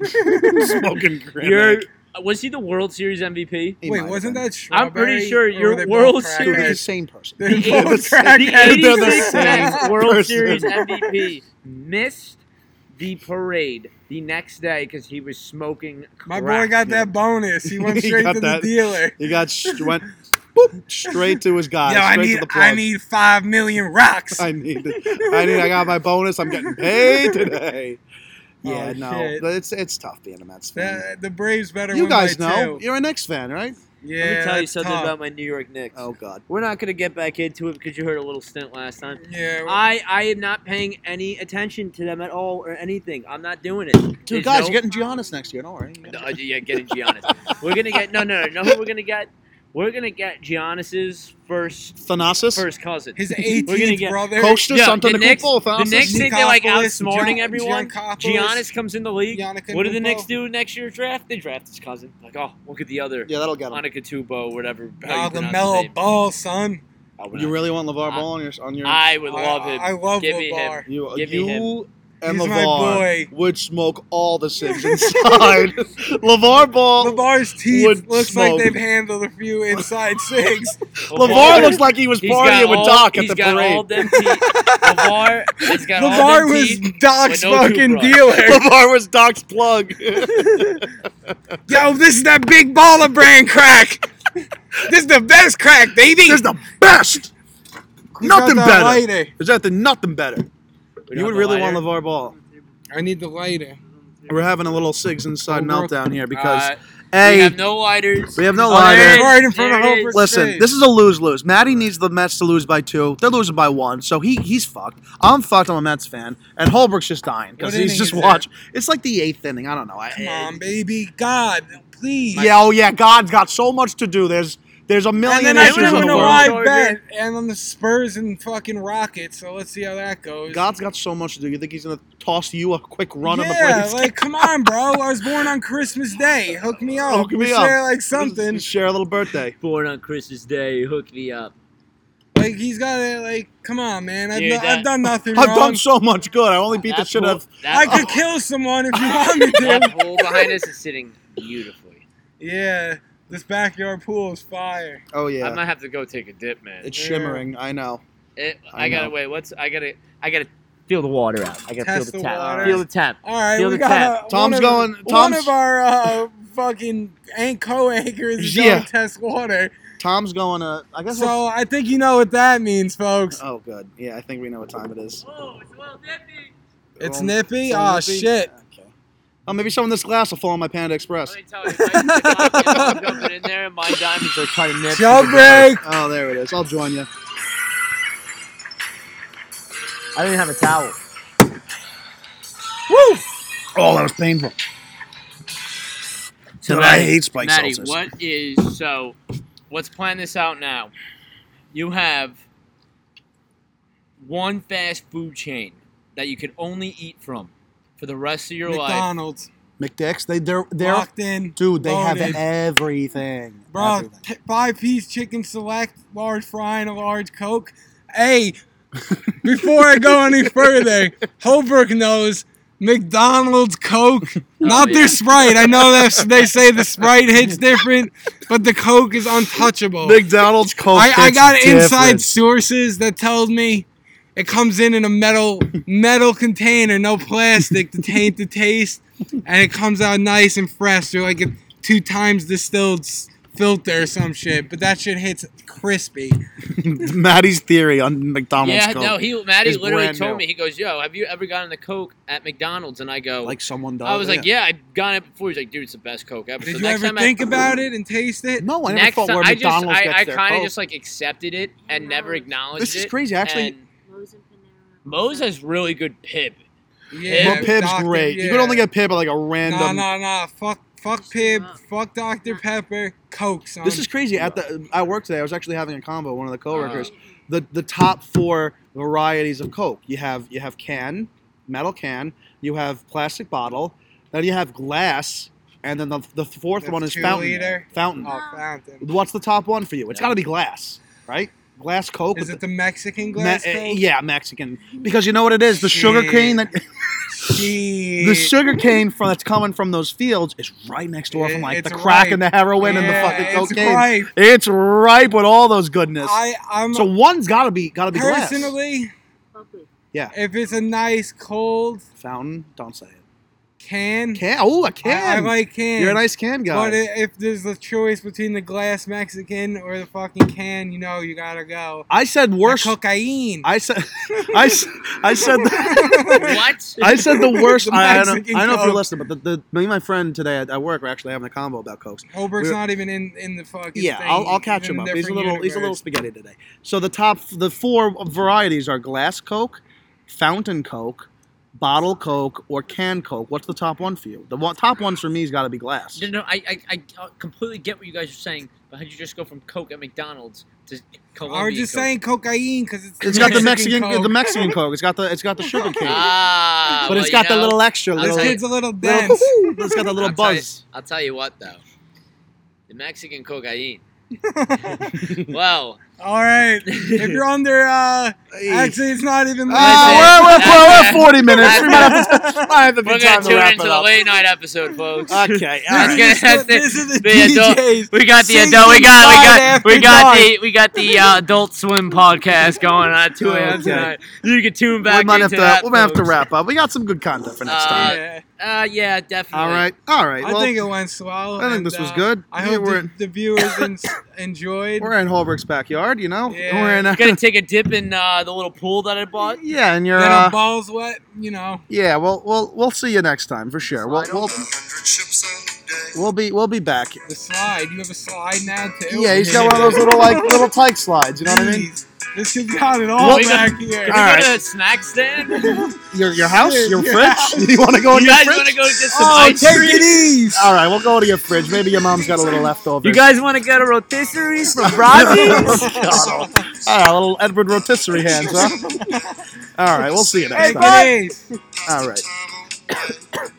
Speaker 2: Krenak.
Speaker 1: Smoking granite.
Speaker 4: You're, was he the World Series MVP?
Speaker 1: He might
Speaker 2: Wait,
Speaker 1: have
Speaker 2: wasn't
Speaker 1: been.
Speaker 2: that
Speaker 4: I'm pretty
Speaker 2: strawberry,
Speaker 4: sure
Speaker 2: or
Speaker 4: your
Speaker 2: were they both
Speaker 4: World
Speaker 2: crackheads?
Speaker 1: Dude,
Speaker 4: Series-
Speaker 1: They're the same person.
Speaker 2: They're
Speaker 4: The
Speaker 2: both
Speaker 1: eighty-
Speaker 2: crackheads.
Speaker 1: They're the
Speaker 4: 86
Speaker 1: same
Speaker 4: Mets World
Speaker 1: person.
Speaker 4: Series MVP missed the parade the next day because he was smoking
Speaker 2: My
Speaker 4: crack.
Speaker 2: boy got that bonus. He went
Speaker 1: He
Speaker 2: straight
Speaker 1: got
Speaker 2: to
Speaker 1: that.
Speaker 2: the dealer.
Speaker 1: He got st- went boop, straight to his guy.
Speaker 2: Yo, I
Speaker 1: Ah, straight
Speaker 2: need
Speaker 1: to the plug.
Speaker 2: I need five million rocks.
Speaker 1: I need it. I need. I got my bonus. I'm getting paid today. Yeah,
Speaker 2: Oh,
Speaker 1: no,
Speaker 2: shit.
Speaker 1: but it's it's tough being a Mets fan.
Speaker 2: The, the Braves better.
Speaker 1: you
Speaker 2: win
Speaker 1: guys
Speaker 2: by
Speaker 1: know.
Speaker 2: Two.
Speaker 1: You're a Knicks fan, right?
Speaker 2: Yeah.
Speaker 4: Let me tell you
Speaker 2: that's
Speaker 4: something
Speaker 2: tough.
Speaker 4: about my New York Knicks.
Speaker 1: Oh God.
Speaker 4: We're not going to get back into it because you heard a little stint last time.
Speaker 2: Yeah.
Speaker 4: I, I am not paying any attention to them at all or anything. I'm not doing it.
Speaker 1: Dude,
Speaker 4: There's
Speaker 1: guys,
Speaker 4: no-
Speaker 1: you're getting Giannis next year. Don't worry.
Speaker 4: No, yeah, getting Giannis. we're gonna get no, no, no. Know who we're gonna get? We're gonna get Giannis's first
Speaker 7: Thanasis?
Speaker 4: first cousin.
Speaker 2: His
Speaker 4: We're gonna
Speaker 2: 18th
Speaker 4: get-
Speaker 2: brother.
Speaker 1: Costa
Speaker 4: Yeah,
Speaker 1: Santa
Speaker 4: the
Speaker 1: de
Speaker 4: next-
Speaker 1: Cupo,
Speaker 4: the
Speaker 1: Francis.
Speaker 4: next thing they like
Speaker 2: Giannakopoulos,
Speaker 4: outsmarting
Speaker 2: Gian-
Speaker 4: everyone.
Speaker 2: Giannakopoulos,
Speaker 4: Giannis comes in the league.
Speaker 2: Giannis
Speaker 4: What do the
Speaker 2: Antetokounmpo.
Speaker 4: next do next year's draft? They draft his cousin. Like, oh, look at the other
Speaker 1: Yeah, that'll get him.
Speaker 4: Anakatubo, whatever. how
Speaker 2: Wow,
Speaker 4: you
Speaker 2: the
Speaker 4: pronounce
Speaker 2: mellow
Speaker 4: his name.
Speaker 2: ball, son.
Speaker 4: I would
Speaker 1: You
Speaker 4: not-
Speaker 1: really want LeVar
Speaker 4: I-
Speaker 1: Ball on your on your
Speaker 4: I would love
Speaker 2: I,
Speaker 4: him.
Speaker 2: I love
Speaker 4: Give me
Speaker 2: LeVar.
Speaker 1: you uh,
Speaker 4: give me
Speaker 1: you and
Speaker 2: He's my
Speaker 1: LeVar
Speaker 2: boy.
Speaker 1: would smoke all the cigs inside. LeVar Ball
Speaker 2: LeVar's teeth
Speaker 1: Oh, would
Speaker 2: looks
Speaker 1: smoke.
Speaker 2: like they've handled a few inside six.
Speaker 1: LeVar looks like he was
Speaker 4: He's got
Speaker 1: partying with
Speaker 4: all-
Speaker 1: Doc at
Speaker 4: he's
Speaker 1: the
Speaker 4: got all
Speaker 1: parade.
Speaker 4: them teeth. LeVar has got all
Speaker 2: LeVar
Speaker 4: them
Speaker 2: was
Speaker 4: teeth.
Speaker 2: Doc's
Speaker 4: with no
Speaker 2: fucking
Speaker 4: toothbrush.
Speaker 2: dealer.
Speaker 1: LeVar was Doc's plug.
Speaker 2: Yo, this is that big baller brand crack. this is the best crack, baby.
Speaker 1: He's the best.
Speaker 2: He's
Speaker 1: nothing
Speaker 2: got
Speaker 1: better.
Speaker 2: that Lighter.
Speaker 1: There's nothing nothing better.
Speaker 4: We
Speaker 1: you would
Speaker 4: don't have
Speaker 1: really
Speaker 4: the
Speaker 1: want
Speaker 4: lighter.
Speaker 1: LeVar Ball.
Speaker 2: I need the lighter.
Speaker 1: We're having a little cigs inside
Speaker 2: Holbrook.
Speaker 1: meltdown here because
Speaker 4: Uh,
Speaker 1: a
Speaker 4: we have no lighters.
Speaker 1: we have no
Speaker 4: Oh,
Speaker 1: lighter.
Speaker 4: there it is.
Speaker 2: Right in front of
Speaker 4: There it
Speaker 2: Holbrook.
Speaker 4: is.
Speaker 1: Listen,
Speaker 2: Save.
Speaker 1: this is a lose lose. Maddie needs the Mets to lose by two. They're losing by one, so he he's fucked. I'm fucked. I'm a Mets fan, and Holbrook's just dying because
Speaker 2: What
Speaker 1: he's
Speaker 2: inning
Speaker 1: just
Speaker 2: is it?
Speaker 1: watch. It's like the eighth inning. I don't know. I,
Speaker 2: Come on, baby. God, please.
Speaker 1: yeah, oh yeah. God's got so much to do. There's there's a
Speaker 2: And
Speaker 1: million
Speaker 2: then I
Speaker 1: issues
Speaker 2: put him
Speaker 1: in
Speaker 2: in
Speaker 1: the
Speaker 2: a
Speaker 1: world.
Speaker 2: wide
Speaker 4: Charger.
Speaker 2: bet and on the Spurs and fucking Rockets, so let's see how that goes.
Speaker 1: God's got so much to do. You think he's gonna toss you a quick run on the
Speaker 2: yeah,
Speaker 1: Braves?
Speaker 2: like come on, bro. I was born on Christmas Day. Hook me up.
Speaker 1: Hook me
Speaker 2: We
Speaker 1: up.
Speaker 2: share, like something.
Speaker 1: Share a little birthday.
Speaker 4: Born on Christmas Day, hook me up.
Speaker 2: Like he's got to like come on, man. I've,
Speaker 4: Dude,
Speaker 2: no-
Speaker 4: that-
Speaker 2: I've done nothing
Speaker 1: I've
Speaker 2: wrong.
Speaker 1: done so much good. I only beat the shit out. of-
Speaker 2: I could kill someone if you want me
Speaker 4: That
Speaker 2: to.
Speaker 4: pool behind us is sitting beautifully.
Speaker 2: yeah, this backyard pool is fire.
Speaker 1: Oh
Speaker 4: I
Speaker 1: yeah,
Speaker 4: might have to go take a dip, man.
Speaker 1: it's shimmering. I know.
Speaker 4: It-
Speaker 1: I
Speaker 4: I, gotta
Speaker 1: know.
Speaker 4: wait. What's I gotta? I gotta feel the water out. I gotta
Speaker 2: Test
Speaker 4: feel the,
Speaker 2: the
Speaker 4: tap.
Speaker 2: water.
Speaker 4: Feel the tap.
Speaker 2: All right,
Speaker 4: Feel
Speaker 2: we
Speaker 4: the
Speaker 2: got a,
Speaker 1: Tom's
Speaker 2: one of,
Speaker 1: going-
Speaker 2: One
Speaker 1: Tom's-
Speaker 2: of our uh, fucking an- co-anchors is
Speaker 1: Yeah.
Speaker 2: going to test water.
Speaker 1: Tom's going to. I guess.
Speaker 2: So I think you know what that means, folks.
Speaker 1: we'll- oh good. Yeah, I think we know what time it is.
Speaker 4: Whoa, it's well dippy.
Speaker 2: It's
Speaker 1: Well,
Speaker 2: nippy.
Speaker 1: so
Speaker 2: Oh
Speaker 1: nippy?
Speaker 2: shit.
Speaker 1: Okay. Oh, maybe some of this glass will fall on my Panda Express.
Speaker 4: tell you, my diamonds are jumping in there, and my diamonds are trying to nip.
Speaker 2: Jump break.
Speaker 1: Oh, there it is. I'll join you.
Speaker 4: I didn't have a towel.
Speaker 1: Oh, that was painful.
Speaker 4: So
Speaker 1: Dude, I
Speaker 4: Maddie,
Speaker 1: hate spiked
Speaker 4: Maddie,
Speaker 1: seltzers.
Speaker 4: what is so? Let's plan this out now. You have one fast food chain that you can only eat from for the rest of your life.
Speaker 2: McDonald's
Speaker 1: McDicks, they they're they're
Speaker 2: locked in.
Speaker 1: dude. They
Speaker 2: loaded.
Speaker 1: have everything.
Speaker 2: Bro,
Speaker 1: Everything.
Speaker 2: t- five piece chicken select, large fry, and a large Coke. Hey, before I go any further, Holbrook knows McDonald's Coke, not
Speaker 4: yeah.
Speaker 2: their Sprite. I know that's, they say the Sprite hits different, but the Coke is untouchable.
Speaker 1: McDonald's Coke.
Speaker 2: I, I
Speaker 1: tastes
Speaker 2: got inside
Speaker 1: different.
Speaker 2: sources that tells me it comes in in a metal metal container, no plastic to taint the taste, and it comes out nice and fresh through like a two times distilled s- filter or some shit. But that shit hits crispy.
Speaker 1: Maddie's theory on McDonald's
Speaker 4: yeah,
Speaker 1: Coke.
Speaker 4: no, he Maddie
Speaker 1: is
Speaker 4: literally
Speaker 1: brand
Speaker 4: told
Speaker 1: new.
Speaker 4: me he goes, "Yo, have you ever gotten a Coke at McDonald's?" And I go,
Speaker 1: like someone does.
Speaker 4: "I was like, yeah, I got it before." He's like, "Dude, it's the best Coke ever."
Speaker 2: Did
Speaker 4: So
Speaker 2: you
Speaker 4: next
Speaker 2: ever
Speaker 4: time
Speaker 2: think
Speaker 4: I,
Speaker 2: about it and taste it?
Speaker 1: No, I never
Speaker 4: next
Speaker 1: thought
Speaker 4: time,
Speaker 1: where
Speaker 4: I just
Speaker 1: McDonald's
Speaker 4: I,
Speaker 1: gets
Speaker 4: I
Speaker 1: their
Speaker 4: kind of
Speaker 1: Coke.
Speaker 4: just like accepted it and never acknowledged
Speaker 1: This is
Speaker 4: it.
Speaker 1: crazy. Actually,
Speaker 4: And
Speaker 8: Moe's and Panera.
Speaker 4: Moe's has really good pip.
Speaker 1: but
Speaker 2: Yeah,
Speaker 1: Pib's
Speaker 2: Dr.
Speaker 1: great. You
Speaker 2: yeah.
Speaker 1: could only get Pib at like a
Speaker 2: Nah,
Speaker 1: random.
Speaker 2: nah, nah. Fuck, fuck Pib. Fuck Dr. Pepper. Coke, son.
Speaker 1: This is crazy. At the at work today, I was actually having a combo. with One of the coworkers, the the top four varieties of Coke. You have you have can, metal can. You have plastic bottle. Then you have glass, and then the, the fourth
Speaker 2: The
Speaker 1: one is
Speaker 2: two
Speaker 1: fountain.
Speaker 2: liter?
Speaker 1: Fountain.
Speaker 2: Oh, fountain.
Speaker 1: What's the top one for you? It's
Speaker 4: Yeah.
Speaker 1: got to be glass, right? Glass Coke.
Speaker 2: Is
Speaker 1: with
Speaker 2: it the Mexican
Speaker 1: the-
Speaker 2: glass?
Speaker 1: me- uh,
Speaker 2: Coke?
Speaker 1: yeah, Mexican. Because you know what it is, the sugar
Speaker 2: Shit.
Speaker 1: cane that
Speaker 2: Shit.
Speaker 1: the sugar cane from that's coming from those fields is right next door from
Speaker 2: It-
Speaker 1: like the
Speaker 2: it's
Speaker 1: crack
Speaker 2: ripe.
Speaker 1: and the heroin and the
Speaker 2: Yeah,
Speaker 1: fucking
Speaker 2: it's
Speaker 1: cocaine.
Speaker 2: ripe.
Speaker 1: It's ripe with all those goodness.
Speaker 2: I, I'm
Speaker 1: So one's gotta be gotta be glass.
Speaker 2: personally,
Speaker 8: Bubbly.
Speaker 2: if it's a nice cold
Speaker 1: Fountain, don't say it.
Speaker 2: can,
Speaker 1: Can oh a can.
Speaker 2: I, I like can.
Speaker 1: You're a nice can guy.
Speaker 2: But i- if there's a choice between the glass Mexican or the fucking can, you know you gotta go.
Speaker 1: I said worst.
Speaker 2: The cocaine.
Speaker 1: I said, I, s- I said,
Speaker 4: What?
Speaker 1: I said the worst.
Speaker 2: The
Speaker 1: I, I don't,
Speaker 2: Mexican
Speaker 1: I don't know if you're
Speaker 2: Coke.
Speaker 1: listening, but the, the me and my friend today at, at work were actually having a combo about cokes.
Speaker 2: Holberg's
Speaker 1: we're-
Speaker 2: not even in, in the fucking.
Speaker 1: Yeah,
Speaker 2: thing.
Speaker 1: I'll, I'll catch
Speaker 2: He's in
Speaker 1: him up. He's a
Speaker 2: different
Speaker 1: little he's a little
Speaker 2: universe.
Speaker 1: spaghetti today. So the top the four varieties are glass Coke, fountain Coke, bottle Coke or can Coke? What's the top one for you? The one, top ones for me has got to be glass.
Speaker 4: No, no, I, I, I completely get what you guys are saying, but how'd you just go from Coke at McDonald's to Columbia?
Speaker 2: Or just
Speaker 4: Coke?
Speaker 2: saying cocaine because it's
Speaker 1: It's got the
Speaker 2: Mexican
Speaker 1: Mexican, the
Speaker 2: Coke.
Speaker 1: Mexican Coke. It's got the it's got the sugar cane,
Speaker 4: Ah,
Speaker 1: but
Speaker 4: well,
Speaker 1: it's
Speaker 4: you
Speaker 1: got the
Speaker 4: know,
Speaker 1: little extra
Speaker 4: I'll
Speaker 1: little.
Speaker 2: This
Speaker 4: tell you-
Speaker 2: kid's a little
Speaker 1: little
Speaker 2: dense.
Speaker 1: it's got the little
Speaker 4: I'll tell you-
Speaker 1: buzz.
Speaker 4: I'll tell you what though, the Mexican cocaine. Wow.
Speaker 2: All right. If you're under, uh, actually, it's not even.
Speaker 1: Uh,
Speaker 2: my
Speaker 4: That's
Speaker 1: we're, we're, we're
Speaker 4: it. That's it.
Speaker 1: at 40 minutes. We might have to,
Speaker 4: That's it.
Speaker 1: might have to be
Speaker 4: We're
Speaker 1: time
Speaker 4: gonna
Speaker 1: to
Speaker 4: tune
Speaker 1: wrap
Speaker 4: into
Speaker 1: it
Speaker 4: the
Speaker 1: up.
Speaker 4: late night episode, folks.
Speaker 1: Okay, all
Speaker 4: That's
Speaker 1: right.
Speaker 4: good.
Speaker 2: This is the-
Speaker 4: that's it.
Speaker 2: This is the
Speaker 4: The adult-
Speaker 2: DJs.
Speaker 4: We got the
Speaker 2: Six
Speaker 4: adult. We
Speaker 2: to
Speaker 4: got. We
Speaker 2: five
Speaker 4: got. We
Speaker 2: after
Speaker 4: got
Speaker 2: dark.
Speaker 4: the. We got the uh, Adult Swim podcast going on at 2 a.m.
Speaker 1: Okay.
Speaker 4: tonight. You can tune back
Speaker 1: We might, have
Speaker 4: into
Speaker 1: to,
Speaker 4: that.
Speaker 1: we might have to
Speaker 4: folks.
Speaker 1: wrap up. We got some good content for next
Speaker 4: Uh,
Speaker 1: time.
Speaker 2: Yeah.
Speaker 4: Uh, yeah, definitely.
Speaker 1: All right. All right.
Speaker 2: I
Speaker 1: Well,
Speaker 2: think it went swell.
Speaker 1: I think
Speaker 2: and,
Speaker 1: this was
Speaker 2: uh,
Speaker 1: good.
Speaker 2: I
Speaker 1: Yeah,
Speaker 2: hope
Speaker 1: we're-
Speaker 2: the, the viewers en- enjoyed.
Speaker 1: we're in Holbrook's backyard, you know?
Speaker 2: Yeah.
Speaker 1: We're in.
Speaker 4: I'm gonna take a dip in uh, the little pool that I bought.
Speaker 1: yeah, and you're.
Speaker 2: Get
Speaker 1: Uh,
Speaker 2: our balls wet, you know.
Speaker 1: yeah, well, we'll we'll see you next time for sure. We'll, we'll we'll be we'll be back.
Speaker 2: The slide. You have a slide now too.
Speaker 1: Yeah, he's got one of those little like little tight slides. You know what I mean?
Speaker 2: Jeez, This kid's got it all
Speaker 4: Well,
Speaker 2: back here.
Speaker 4: Can
Speaker 1: All
Speaker 4: we
Speaker 1: right.
Speaker 4: go to the snack stand?
Speaker 1: Your your house, your
Speaker 2: Yeah.
Speaker 1: fridge. You want to go in
Speaker 4: you
Speaker 1: your
Speaker 4: guys
Speaker 1: fridge?
Speaker 4: want to go get some
Speaker 2: Oh,
Speaker 4: ice
Speaker 2: take
Speaker 4: cream?
Speaker 2: it easy.
Speaker 1: All right, we'll go to your fridge. Maybe your mom's got a little leftovers.
Speaker 4: You guys want to go to rotisseries from
Speaker 1: Oh,
Speaker 4: Rockies?
Speaker 1: God. All right, little Edward rotisserie hands, huh? All right, we'll see you next
Speaker 2: Take
Speaker 1: time.
Speaker 2: it easy.
Speaker 1: All right.